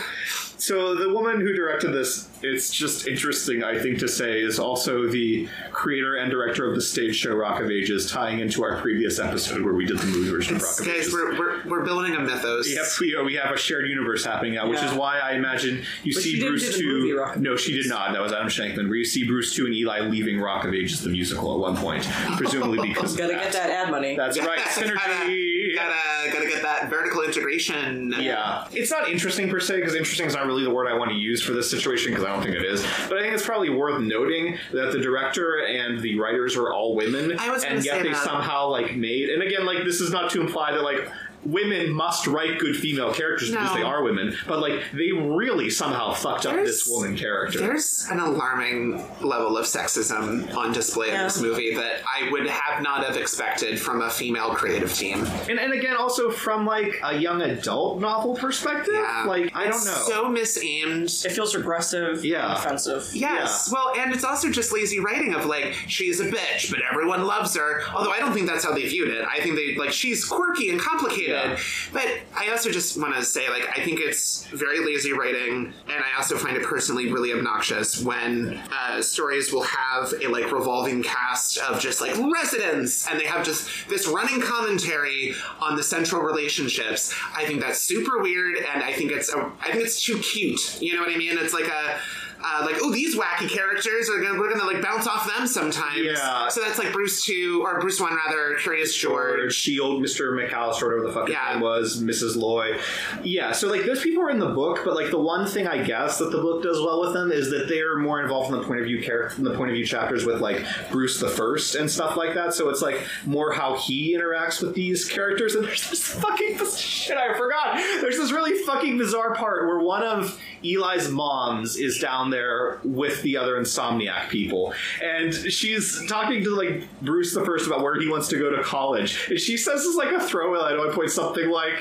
A: So the woman who directed this, it's just interesting, I think, to say, is also the creator and director of the stage show Rock of Ages, tying into our previous episode where we did the movie version of Rock of Ages.
B: guys, we're, we're we're building a mythos.
A: Yep, we, we have a shared universe happening now, which
C: Yeah.
A: is why I imagine you
C: But she
A: see
C: didn't
A: Bruce
C: do the movie
A: two.
C: Rock of
A: No, she did not. That was Adam Shankman. Where you see Bruce two and Eli leaving Rock of Ages the musical at one point, presumably because of
C: Gotta get that ad money.
A: That's right, synergy.
B: Gotta gotta get that vertical integration.
A: Yeah, it's not interesting per se because interesting is not really the word I want to use for this situation because I don't think it is. But I think it's probably worth noting that the director and the writers are all women,
B: I was gonna
A: and yet
B: say
A: they
B: that.
A: somehow like made. And again, like this is not to imply that like women must write good female characters because
B: No.
A: they are women, but like they really somehow fucked up
B: There's-
A: this woman character.
B: There's an alarming level of sexism on display in this
C: Yeah.
B: movie that I would have not have expected from a female creative team.
A: And, and again, also from like a young adult novel perspective,
B: Yeah.
A: like I don't
B: It's
A: know.
B: So misaimed.
C: It feels regressive.
A: Yeah.
C: And offensive.
B: Yes. Well, and it's also just lazy writing of like she's a bitch, but everyone loves her. Although I don't think that's how they viewed it. I think they like she's quirky and complicated.
A: Yeah.
B: But I also just want to say like I think it's very lazy writing, and I also find it personally really obnoxious when uh, stories will have a like revolving cast of just like residents, and they have just this running commentary on the central relationships. I think that's super weird, and I think it's a, I think it's too cute. You know what I mean? It's like a uh, like oh these wacky characters are gonna we're gonna like bounce off them sometimes.
A: Yeah.
B: So that's like Bruce two or Bruce one rather, Curious
A: Or
B: George.
A: Shield, Mr. McAllister, whatever the fuck his
B: Yeah.
A: name was, Mrs. Loy. Yeah, so like those people are in the book, but like the one thing I guess that the book does well with them is that they're more involved in the point of view character, in the point of view chapters with like Bruce the First and stuff like that. So it's like more how he interacts with these characters. And there's this fucking shit I forgot. There's this really fucking bizarre part where one of Eli's moms is down there with the other insomniac people, and she's talking to like Bruce the first about where he wants to go to college, and she says as like a throwaway at one point something like,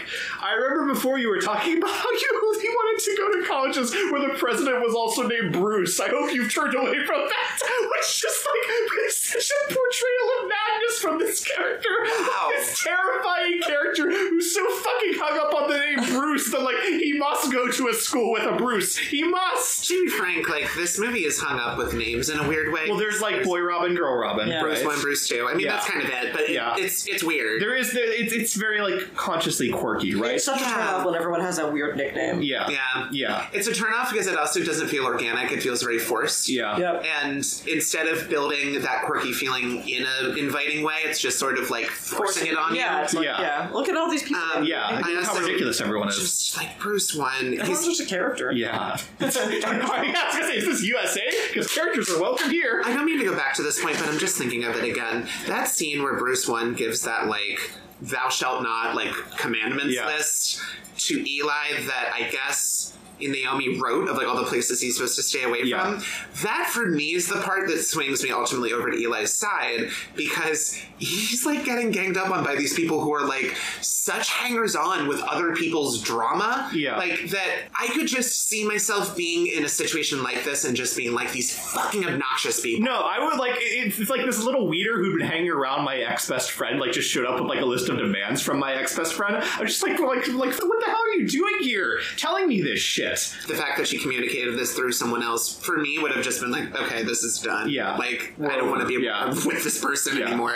A: "I remember before you were talking about how you only wanted to go to colleges where the president was also named Bruce. I hope you've turned away from that," which is just like it's such a portrayal of madness from this character.
B: Wow.
A: This terrifying character who's so fucking hung up on the name Bruce that like he must go to a school with a Bruce. He must.
B: To be frank, like this movie is hung up with names in a weird way.
A: Well, there's like boy Robin, girl Robin,
C: Yeah.
A: right?
B: Bruce one, Bruce two. I mean,
A: Yeah.
B: that's kind of it, but it,
A: Yeah.
B: it's it's weird.
A: There is the, it's it's very like consciously quirky, right?
C: It's such
B: Yeah.
C: a turn off when everyone has that weird nickname.
A: Yeah.
B: yeah,
A: Yeah.
B: It's a turnoff because it also doesn't feel organic. It feels very forced.
A: Yeah.
C: Yep.
B: And instead of building that quirky feeling in an inviting way, it's just sort of like forcing it on
C: yeah,
B: you.
C: It's like,
A: Yeah.
C: yeah. Look at all these people.
B: Um,
A: Yeah.
B: I
A: Look how
B: also-
A: ridiculous everyone is.
B: Just like Bruce one,
C: Everyone's
B: he's
C: just a character.
A: yeah. I was gonna say, is this USA? Because characters are welcome here.
B: I don't mean to go back to this point, but I'm just thinking of it again. That scene where Bruce One gives that like "Thou shalt not" like commandments
A: Yeah.
B: list to Eli that I guess Naomi wrote of like all the places he's supposed to stay away
A: Yeah.
B: from. That for me is the part that swings me ultimately over to Eli's side because he's like getting ganged up on by these people who are like such hangers on with other people's drama.
A: Yeah.
B: like that I could just see myself being in a situation like this and just being like these fucking obnoxious people.
A: No, I would like it's, it's like this little weeder who'd been hanging around my ex best friend, like just showed up with like a list of demands from my ex best friend. I'm just like, like, like, what the hell are you doing here? Telling me this shit?
B: The fact that she communicated this through someone else for me would have just been like, okay, this is done.
A: Yeah.
B: like
A: We're
B: I don't want to
A: over.
B: be
A: Yeah.
B: with this person
A: Yeah.
B: anymore.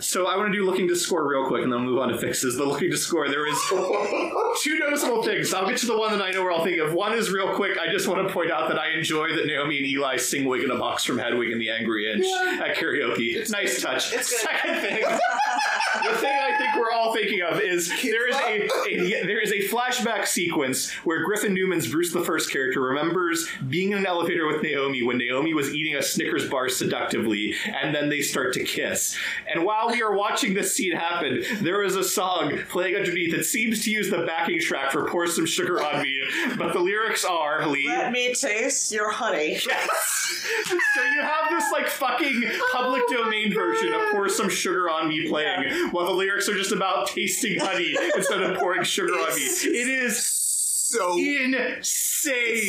A: So I want to do looking to score real quick, and then move on to fixes. The looking to score, there is two noticeable things. I'll get to the one that I know we're all thinking of. One is real quick. I just want to point out that I enjoy that Naomi and Eli sing "Wig in a Box" from Hedwig and the Angry Inch at karaoke. nice touch. Second thing, the thing I think we're all thinking of is there is a, a there is a flashback sequence where Griffin Newman's Bruce the First character remembers being in an elevator with Naomi when Naomi was eating a Snickers bar seductively, and then they start to kiss. And while we are watching this scene happen, there is a song playing underneath that seems to use the backing track for "Pour Some Sugar on Me," but the lyrics are Lee.
C: Let me taste your honey.
A: Yes. so you have this like fucking public
C: Oh
A: domain version of "Pour Some Sugar on Me" playing, while the lyrics are just about tasting honey instead of pouring sugar on me. It is
B: So
A: insane.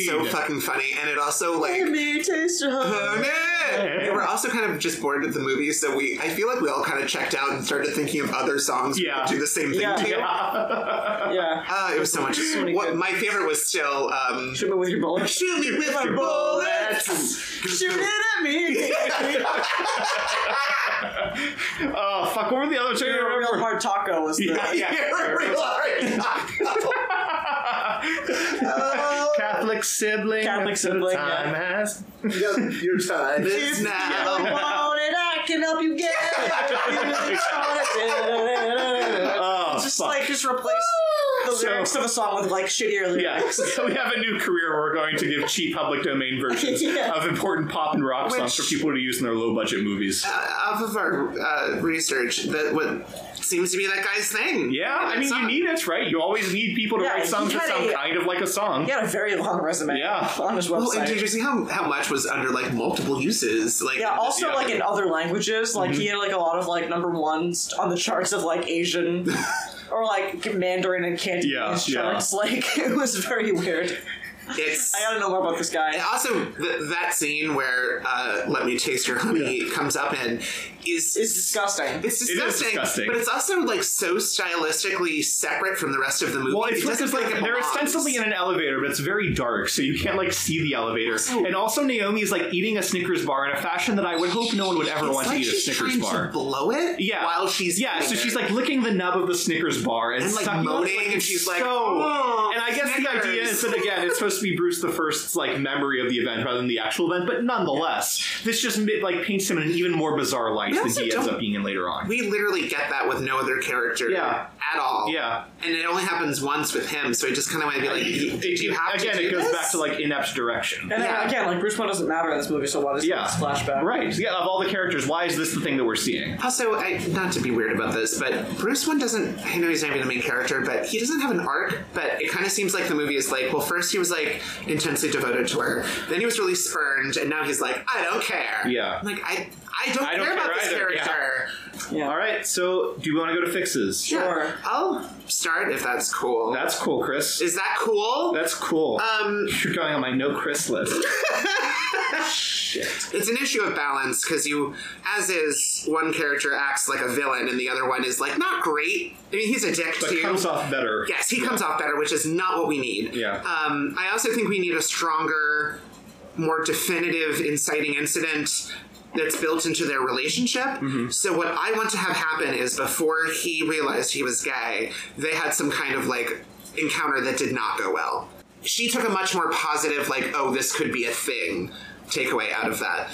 B: so fucking funny, and it also like.
C: Let me taste your honey.
B: We were also kind of just bored with the movie, so we I feel like we all kind of checked out and started thinking of other songs
A: Yeah.
B: we could do the same thing
C: Yeah.
B: to.
C: yeah.
B: Uh, it was so much.
C: many
B: what,
C: good-
B: my favorite was still um,
C: Shoot me with your bullet.
B: "Shoot Me with Your Bullets."
C: Shoot it at me.
A: Oh fuck! What were the other two? I
C: You're a
A: remember?
C: real hard taco was the.
A: Yeah, yeah.
B: You're a real hard knock.
A: Catholic sibling.
C: Catholic sibling,
A: Time has.
B: Your time
C: If you ever want it, I can help you get it.
A: Oh,
C: Just
A: fuck.
C: like just replace the
A: So-
C: lyrics of a song with like shittier
A: yeah,
C: lyrics.
A: so we have a new career where we're going to give cheap public domain versions
C: Yeah.
A: of important pop and rock songs for people to use in their low budget movies.
B: off of our uh, research that what seems to be that guy's thing.
A: Yeah,
B: Write
A: I
B: a
A: mean,
B: song.
A: you need it, right? You always need people to
C: Yeah,
A: write songs
C: he
A: that
C: had
A: sound
C: a-
A: kind of like a song.
C: He had a very long resume.
A: Yeah.
C: on his website.
B: Well, oh, and did you see how, how much was under like multiple uses? Like
C: yeah,
B: just-
C: also
A: yeah. Mm-hmm.
C: like in other languages, like he had like a lot of like number ones on the charts of like Asian or like Mandarin and Cantonese
A: Yeah, yeah.
C: charts. Like it was very weird.
B: it's
C: I gotta know more about this guy.
B: And also, th- that scene where uh, "Let Me Taste Your Honey" comes up and is
C: It's disgusting.
B: it's
A: is
B: disgusting,
A: disgusting.
B: but it's also like so stylistically separate from the rest of the movie.
A: Well, it's
B: it
A: because
B: doesn't
A: like
B: feel
A: they're
B: it belongs.
A: ostensibly in an elevator, but it's very dark, so you can't like see the elevator. And also, Naomi is like eating a Snickers bar in a fashion that I would hope no one would ever
B: It's
A: want
B: like
A: to eat a
B: she's
A: Snickers
B: trying
A: bar.
B: to blow it
A: yeah,
B: while she's
A: yeah,
B: eating
A: so
B: it.
A: she's like licking the nub of the Snickers bar and,
B: And, like,
A: sucking on it,
B: moaning,
A: like,
B: and she's like,
A: so.
B: "Oh,
A: and I guess
B: Snickers."
A: the idea is that again, it's supposed to be Bruce the first like memory of the event rather than the actual event, but nonetheless, this just like paints him in an even more bizarre light than
B: also
A: he ends
B: don't-
A: up being in later on.
B: we literally get that with no other character
A: Yeah.
B: at all.
A: Yeah.
B: and it only happens once with him, so I just kind of want to be like, did you have
A: again?
B: to do
A: it goes
B: this?
A: back to like inept direction.
C: and
B: yeah.
C: then, again, like Bruce Wayne doesn't matter in this movie, so why does
A: Yeah.
C: this flashback?
A: Right. Yeah, of all the characters, why is this the thing that we're seeing?
B: Also, I, not to be weird about this, but Bruce one doesn't. I know he's not even the main character, but he doesn't have an arc. But it kind of seems like the movie is like, well, first he was like intensely devoted to her, then he was really spurned, and now he's like, I don't care.
A: Yeah.
B: I'm like I, I don't,
A: I
B: care,
A: don't
B: about
A: care
B: this
A: either, yeah.
B: character.
C: Yeah.
A: All right, so do you want to go to fixes?
B: Yeah.
C: Sure.
B: I'll start if that's cool.
A: That's cool, Chris.
B: is that cool?
A: That's cool.
B: Um,
A: You're going on my no Chris list.
B: it's an issue of balance because you, as is, one character acts like a villain and the other one is like not great. I mean, he's a dick
A: But
B: too.
A: comes off better.
B: Yes, he comes off better, which is not what we need.
A: Yeah.
B: Um, I also think we need a stronger, more definitive inciting incident that's built into their relationship. So what I want to have happen is before he realized he was gay, they had some kind of like encounter that did not go well. She took a much more positive, like, oh, this could be a thing takeaway out of that.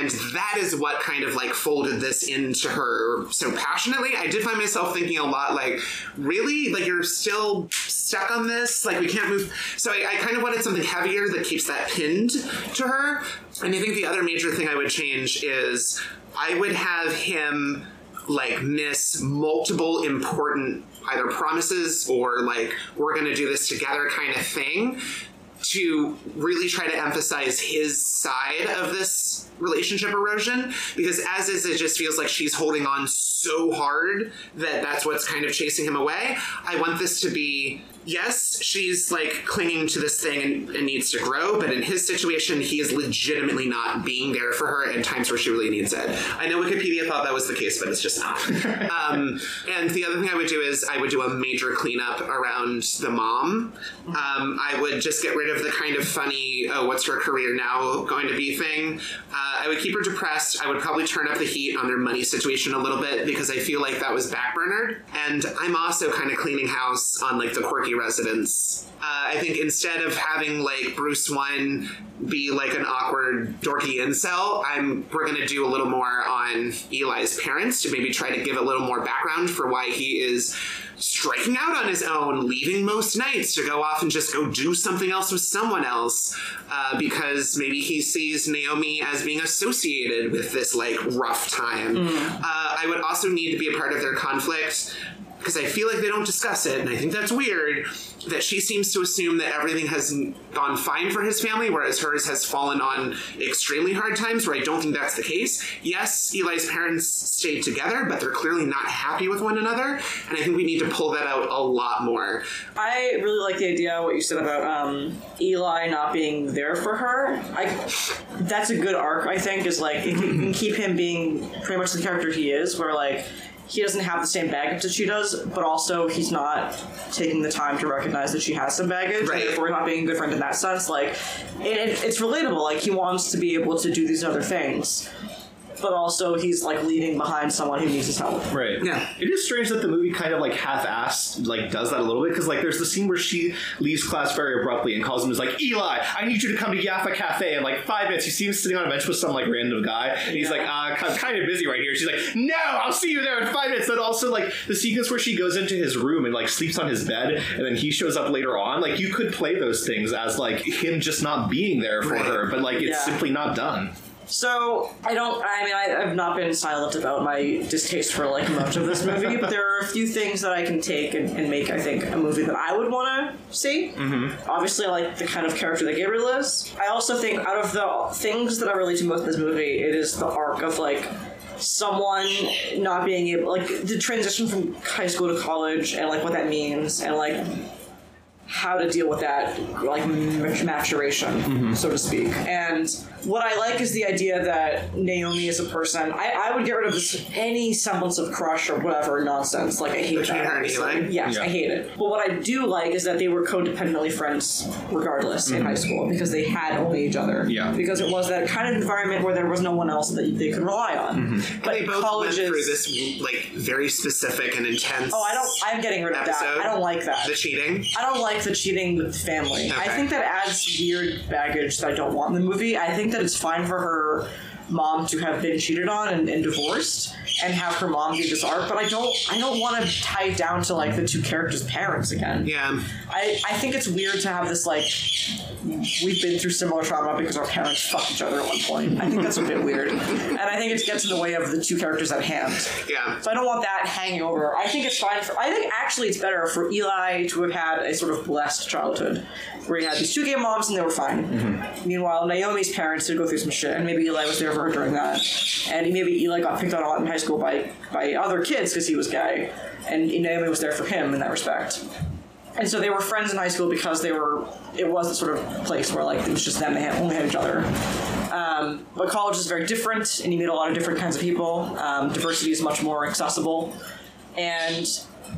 B: And that is what kind of like folded this into her so passionately. I did find myself thinking a lot like, really? Like you're still stuck on this? Like we can't move. So I, I kind of wanted something heavier that keeps that pinned to her. And I think the other major thing I would change is I would have him like miss multiple important either promises or like we're going to do this together kind of thing to really try to emphasize his side of this relationship erosion because as is it just feels like she's holding on so hard that that's what's kind of chasing him away i want this to be yes she's like clinging to this thing and, and needs to grow but in his situation he is legitimately not being there for her in times where she really needs it i know wikipedia thought that was the case but it's just not um, and the other thing i would do is i would do a major cleanup around the mom um, I would just get rid of the kind of funny, oh, what's her career now going to be thing. Uh, I would keep her depressed. I would probably turn up the heat on their money situation a little bit because I feel like that was backburnered. And I'm also kind of cleaning house on like the quirky residents. Uh, I think instead of having like Bruce one be like an awkward dorky incel, I'm we're gonna do a little more on Eli's parents to maybe try to give a little more background for why he is striking out on his own, leaving most nights to go off and just go do something else with someone else, uh, because maybe he sees Naomi as being associated with this like rough time.
C: Mm.
B: Uh, I would also need to be a part of their conflict. Because I feel like they don't discuss it, and I think that's weird. That she seems to assume that everything has gone fine for his family, whereas hers has fallen on extremely hard times, where I don't think that's the case. Yes, Eli's parents stayed together, but they're clearly not happy with one another, and I think we need to pull that out a lot more.
C: I really like the idea what you said about um, Eli not being there for her. I that's a good arc. I think is like if you can keep him being pretty much the character he is, where like he doesn't have the same baggage that she does, but also he's not taking the time to recognize that she has some baggage,
B: Right.
C: and therefore not being a good friend in that sense. Like it, it, it's relatable. Like he wants to be able to do these other things. But also, he's like leaving behind someone who needs his help.
A: Right.
B: Yeah.
A: It is strange that the movie kind of like half-assed like does that a little bit because like there's the scene where she leaves class very abruptly and calls him is like Eli, I need you to come to Yaffa Cafe in like five minutes. You see him sitting on a bench with some like random guy and he's like, uh, I'm kind of busy right here. She's like, No, I'll see you there in five minutes. Then also like the sequence where she goes into his room and like sleeps on his bed and then he shows up later on. Like you could play those things as like him just not being there for
B: Right.
A: her, but like it's
C: Yeah.
A: simply not done.
C: So I don't. I mean, I, I've not been silent about my distaste for like much of this movie, but there are a few things that I can take and, and make. I think a movie that I would want to see. Mm-hmm. Obviously, I like the kind of character that Gabriel is. I also think out of the things that I relate to most in this movie, it is the arc of like someone not being able like the transition from high school to college and like what that means and like how to deal with that like mat- maturation so to speak and what i like is the idea that naomi is a person I, I would get rid of this any semblance of crush or whatever nonsense like i hate
B: Between
C: that
B: her and
C: obviously.
B: Eli?
C: yes i hate it but what i do like is that they were codependently friends regardless in high school because they had only each other
A: Yeah.
C: because it was that kind of environment where there was no one else that they could rely on but
B: They both
C: colleges
B: went through this like very specific and intense.
C: Oh, I don't. I'm getting rid of
B: episode.
C: that. I don't like that.
B: The cheating.
C: I don't like the cheating with the family. I
B: Okay.
C: think that adds weird baggage that I don't want in the movie. I think that it's fine for her mom to have been cheated on and, and divorced and have her mom do this art, but I don't I don't want to tie it down to like the two characters' parents again.
B: Yeah.
C: I, I think it's weird to have this like we've been through similar trauma because our parents fucked each other at one point. I think that's a bit weird. And I think it gets in the way of the two characters at hand.
B: Yeah.
C: So I don't want that hanging over. I think it's fine for. I think actually it's better for Eli to have had a sort of blessed childhood, where he had these two gay moms and they were fine. Meanwhile, Naomi's parents did go through some shit, and maybe Eli was there for her during that, and maybe Eli got picked on a lot in high school by by other kids because he was gay, and Naomi was there for him in that respect. And so they were friends in high school because they were. It was the sort of place where like it was just them. They had, only had each other. Um, but college is very different, and you meet a lot of different kinds of people. Um, diversity is much more accessible, and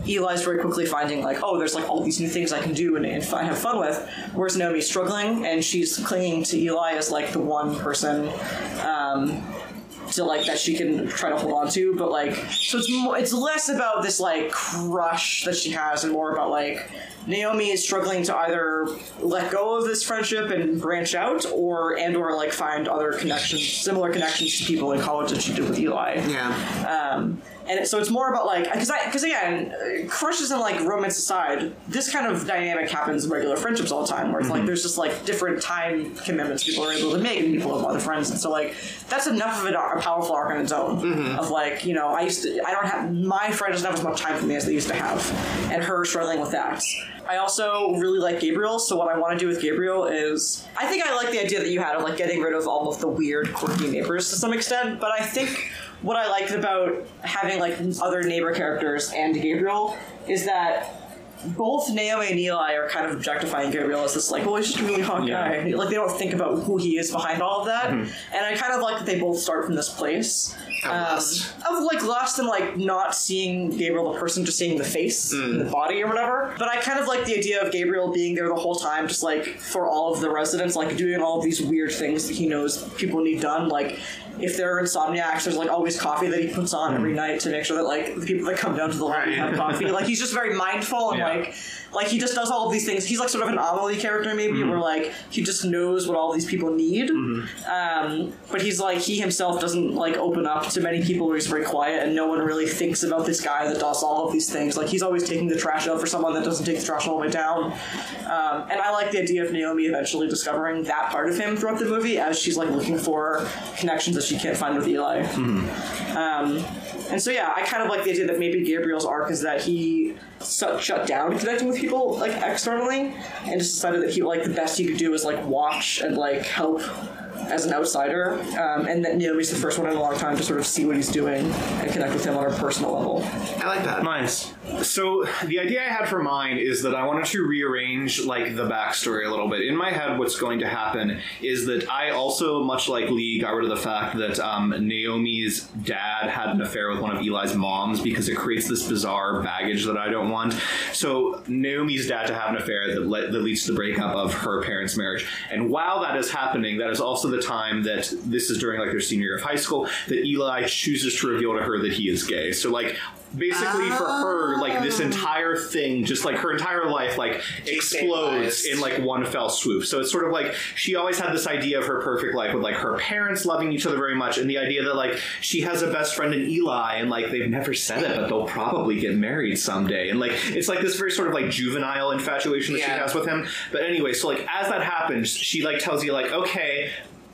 C: Eli's very quickly finding like, oh, there's like all these new things I can do and, and fi- have fun with. Whereas Naomi's struggling, and she's clinging to Eli as like the one person um, to like that she can try to hold on to but like so it's more, it's less about this like crush that she has and more about like Naomi is struggling to either let go of this friendship and branch out or and or like find other connections similar connections to people in college that she did with Eli
B: Yeah.
C: um, and it- so it's more about like because I because again uh, crushes and like romance aside this kind of dynamic happens in regular friendships all the time where it's like there's just like different time commitments people are able to make and people have other friends and so like that's enough of an, ar- a powerful arc on its own of like you know I used to I don't have my friend doesn't have as much time for me as they used to have and her struggling with that I also really like Gabriel so what I want to do with Gabriel is I think I like the idea that you had of like getting rid of all of the weird quirky neighbors to some extent but I think what I liked about having like other neighbor characters and Gabriel is that both Naomi and Eli are kind of objectifying Gabriel as this like, well, he's just a really hot
A: Yeah.
C: guy. Like they don't think about who he is behind all of that. And I kind of like that they both start from this place
B: Of lust.
C: Um, of like lust and like not seeing Gabriel the person, just seeing the face and the body or whatever. But I kind of like the idea of Gabriel being there the whole time, just like for all of the residents, like doing all of these weird things that he knows people need done. Like if there are insomniacs, there's like always coffee that he puts on every night to make sure that like the people that come down to the lobby have coffee. Like he's just very mindful and
A: Yeah.
C: like like he just does all of these things. He's like sort of an anomaly character maybe, where like he just knows what all these people need. Um, but he's like he himself doesn't like open up to many people where he's very quiet and no one really thinks about this guy that does all of these things like he's always taking the trash out for someone that doesn't take the trash all the way down um, and i like the idea of naomi eventually discovering that part of him throughout the movie as she's like looking for connections that she can't find with eli and so yeah, I kind of like the idea that maybe Gabriel's arc is that he su- shut down connecting with people like externally, and just decided that he like the best he could do is like watch and like help as an outsider, um, and that Naomi's the first one in a long time to sort of see what he's doing and connect with him on a personal level.
B: I like that.
A: Nice. So the idea I had for mine is that I wanted to rearrange like the backstory a little bit. In my head, what's going to happen is that I also, much like Lee, got rid of the fact that um, Naomi's dad had an affair with one of Eli's moms because it creates this bizarre baggage that I don't want. So Naomi's dad to have an affair that, le- that leads to the breakup of her parents' marriage. And while that is happening, that is also the time that this is during like their senior year of high school that Eli chooses to reveal to her that he is gay. So like basically for her like
B: Ah.
A: this entire thing just like her entire life like explodes
B: stabilized.
A: in like one fell swoop so it's sort of like she always had this idea of her perfect life with like her parents loving each other very much and the idea that like she has a best friend in eli and like they've never said it but they'll probably get married someday and like it's like this very sort of like juvenile infatuation that she
B: Yeah.
A: has with him but anyway so like as that happens she like tells you like okay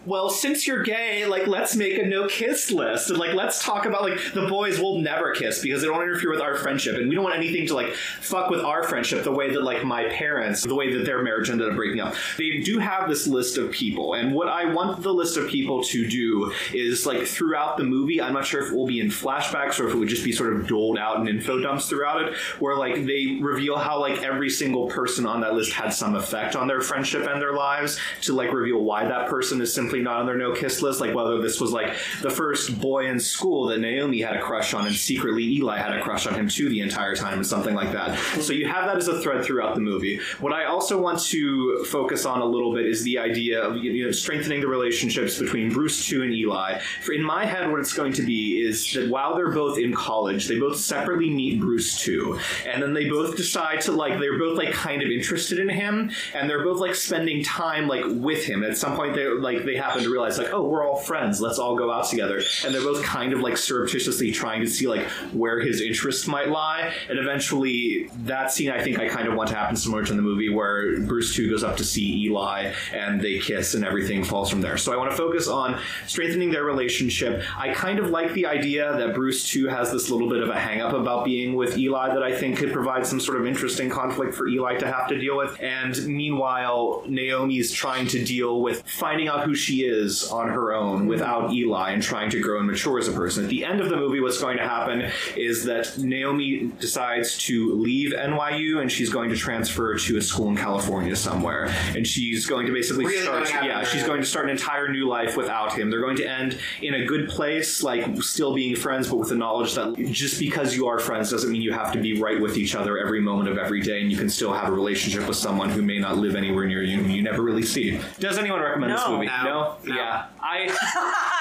A: well, since you're gay, like, let's make a no kiss list. And, like, let's talk about, like, the boys will never kiss because they don't interfere with our friendship. And we don't want anything to, like, fuck with our friendship the way that, like, my parents, the way that their marriage ended up breaking up. They do have this list of people. And what I want the list of people to do is, like, throughout the movie, I'm not sure if it will be in flashbacks or if it would just be sort of doled out in info dumps throughout it, where, like, they reveal how, like, every single person on that list had some effect on their friendship and their lives to, like, reveal why that person is simply not on their no kiss list. Like, whether this was, like, the first boy in school that Naomi had a crush on and secretly Eli had a crush on him too the entire time, or something like that. So you have that as a thread throughout the movie. What I also want to focus on a little bit is the idea of you know, strengthening the relationships between Bruce Two and Eli. For in my head, what it's going to be is that while they're both in college, they both separately meet Bruce Two, and then they both decide to like they're both like kind of interested in him, and they're both like spending time like with him. At some point, they like they happen to realize like oh we're all friends, let's all go out together, and they're both kind of like surreptitiously trying to see like where his interest might lie, and eventually that scene I think I kind of want to happen similar to in the movie where Bruce 2 goes up to see Eli and they kiss and everything falls from there. So I want to focus on strengthening their relationship. I kind of like the idea that Bruce 2 has this little bit of a hang up about being with Eli that I think could provide some sort of interesting conflict for Eli to have to deal with. And meanwhile, Naomi's trying to deal with finding out who she is on her own without Eli and trying to grow and mature as a person. At the end of the movie, what's going to happen is that Naomi decides to leave NYU and she's going to transfer to a school in California somewhere. And she's going to basically
B: Really
A: start,
B: gonna happen,
A: yeah,
B: right?
A: she's going to start an entire new life without him. They're going to end in a good place, like still being friends, but with the knowledge that just because you are friends doesn't mean you have to be right with each other every moment of every day, and you can still have a relationship with someone who may not live anywhere near you and you never really see. Does anyone recommend this
C: No.
A: movie?
B: No. No.
A: Yeah. I.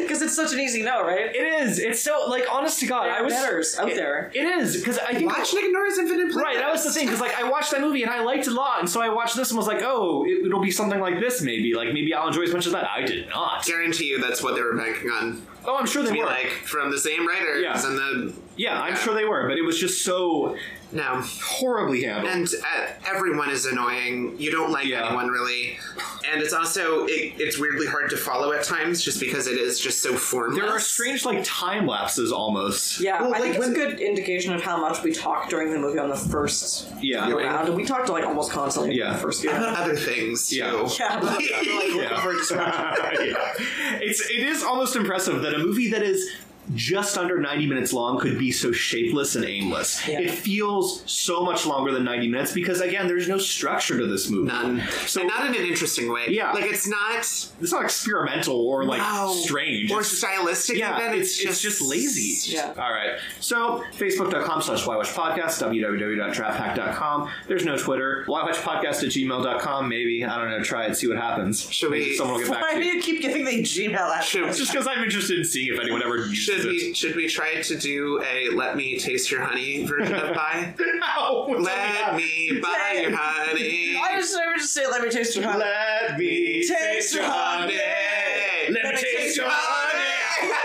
C: Because it's such an easy no, right?
A: It is. It's so like honest to God.
C: There are
A: I was
C: betters out
A: it-
C: there.
A: It is because I think
B: Watch Nick and Nora's Infinite Planet.
A: Right, that was the thing because like I watched that movie and I liked it a lot, and so I watched this and was like, oh, it, it'll be something like this maybe. Like maybe I'll enjoy as much as that. I did not.
B: Guarantee you that's what they were banking on.
A: Oh, I'm sure they
B: Be
A: were.
B: like from the same writers
A: Yeah.
B: and the
A: yeah, I'm sure they were, but it was just so
B: no.
A: horribly handled.
B: And uh, everyone is annoying. You don't like
A: Yeah.
B: anyone really, and it's also it, it's weirdly hard to follow at times just because it is just so formless.
A: there are strange like time lapses almost.
C: Yeah,
B: Well,
C: I
B: like
C: think it's
B: when-
C: a good indication of how much we talked during the movie on the first
A: Yeah.
C: go round. We talked like almost constantly
A: Yeah.
C: yeah. the first year.
B: But other things too.
A: Yeah.
C: Yeah, like, like,
A: Yeah. Yeah. It's it is almost impressive that a movie that is just under 90 minutes long could be so shapeless and aimless.
C: Yeah.
A: It feels so much longer than 90 minutes because again, there's no structure to this movie.
B: None.
A: So-
B: and not in an interesting way.
A: Yeah.
B: Like it's not
A: It's not experimental or like
B: Wow.
A: strange.
B: or
A: It's just-
B: stylistic.
A: yeah,
B: even.
A: it's, it's just lazy.
C: Yeah.
A: All right. So, facebook.com slash ywatchpodcast, www.drafthack.com. There's no Twitter. ywatchpodcast at gmail.com, maybe. I don't know. Try it, see what happens.
B: Should
A: Maybe
B: we-
A: Someone will get back
C: Why
A: to
C: do
A: you.
C: you keep giving me Gmail
B: Should-
C: address?
A: Just because I'm interested in seeing if anyone ever uses
B: Should
A: it.
B: we should we try to do a let me taste your honey version of bye?
A: No, don't do
B: let
A: that.
B: me buy
C: Say it.
B: your honey.
C: I just never just say, "Let me taste your honey."
A: Let me
C: Taste your honey.
A: Let me taste your honey.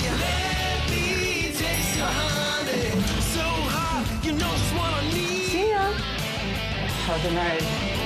H: So hot, you know just what I need.
I: Have a night.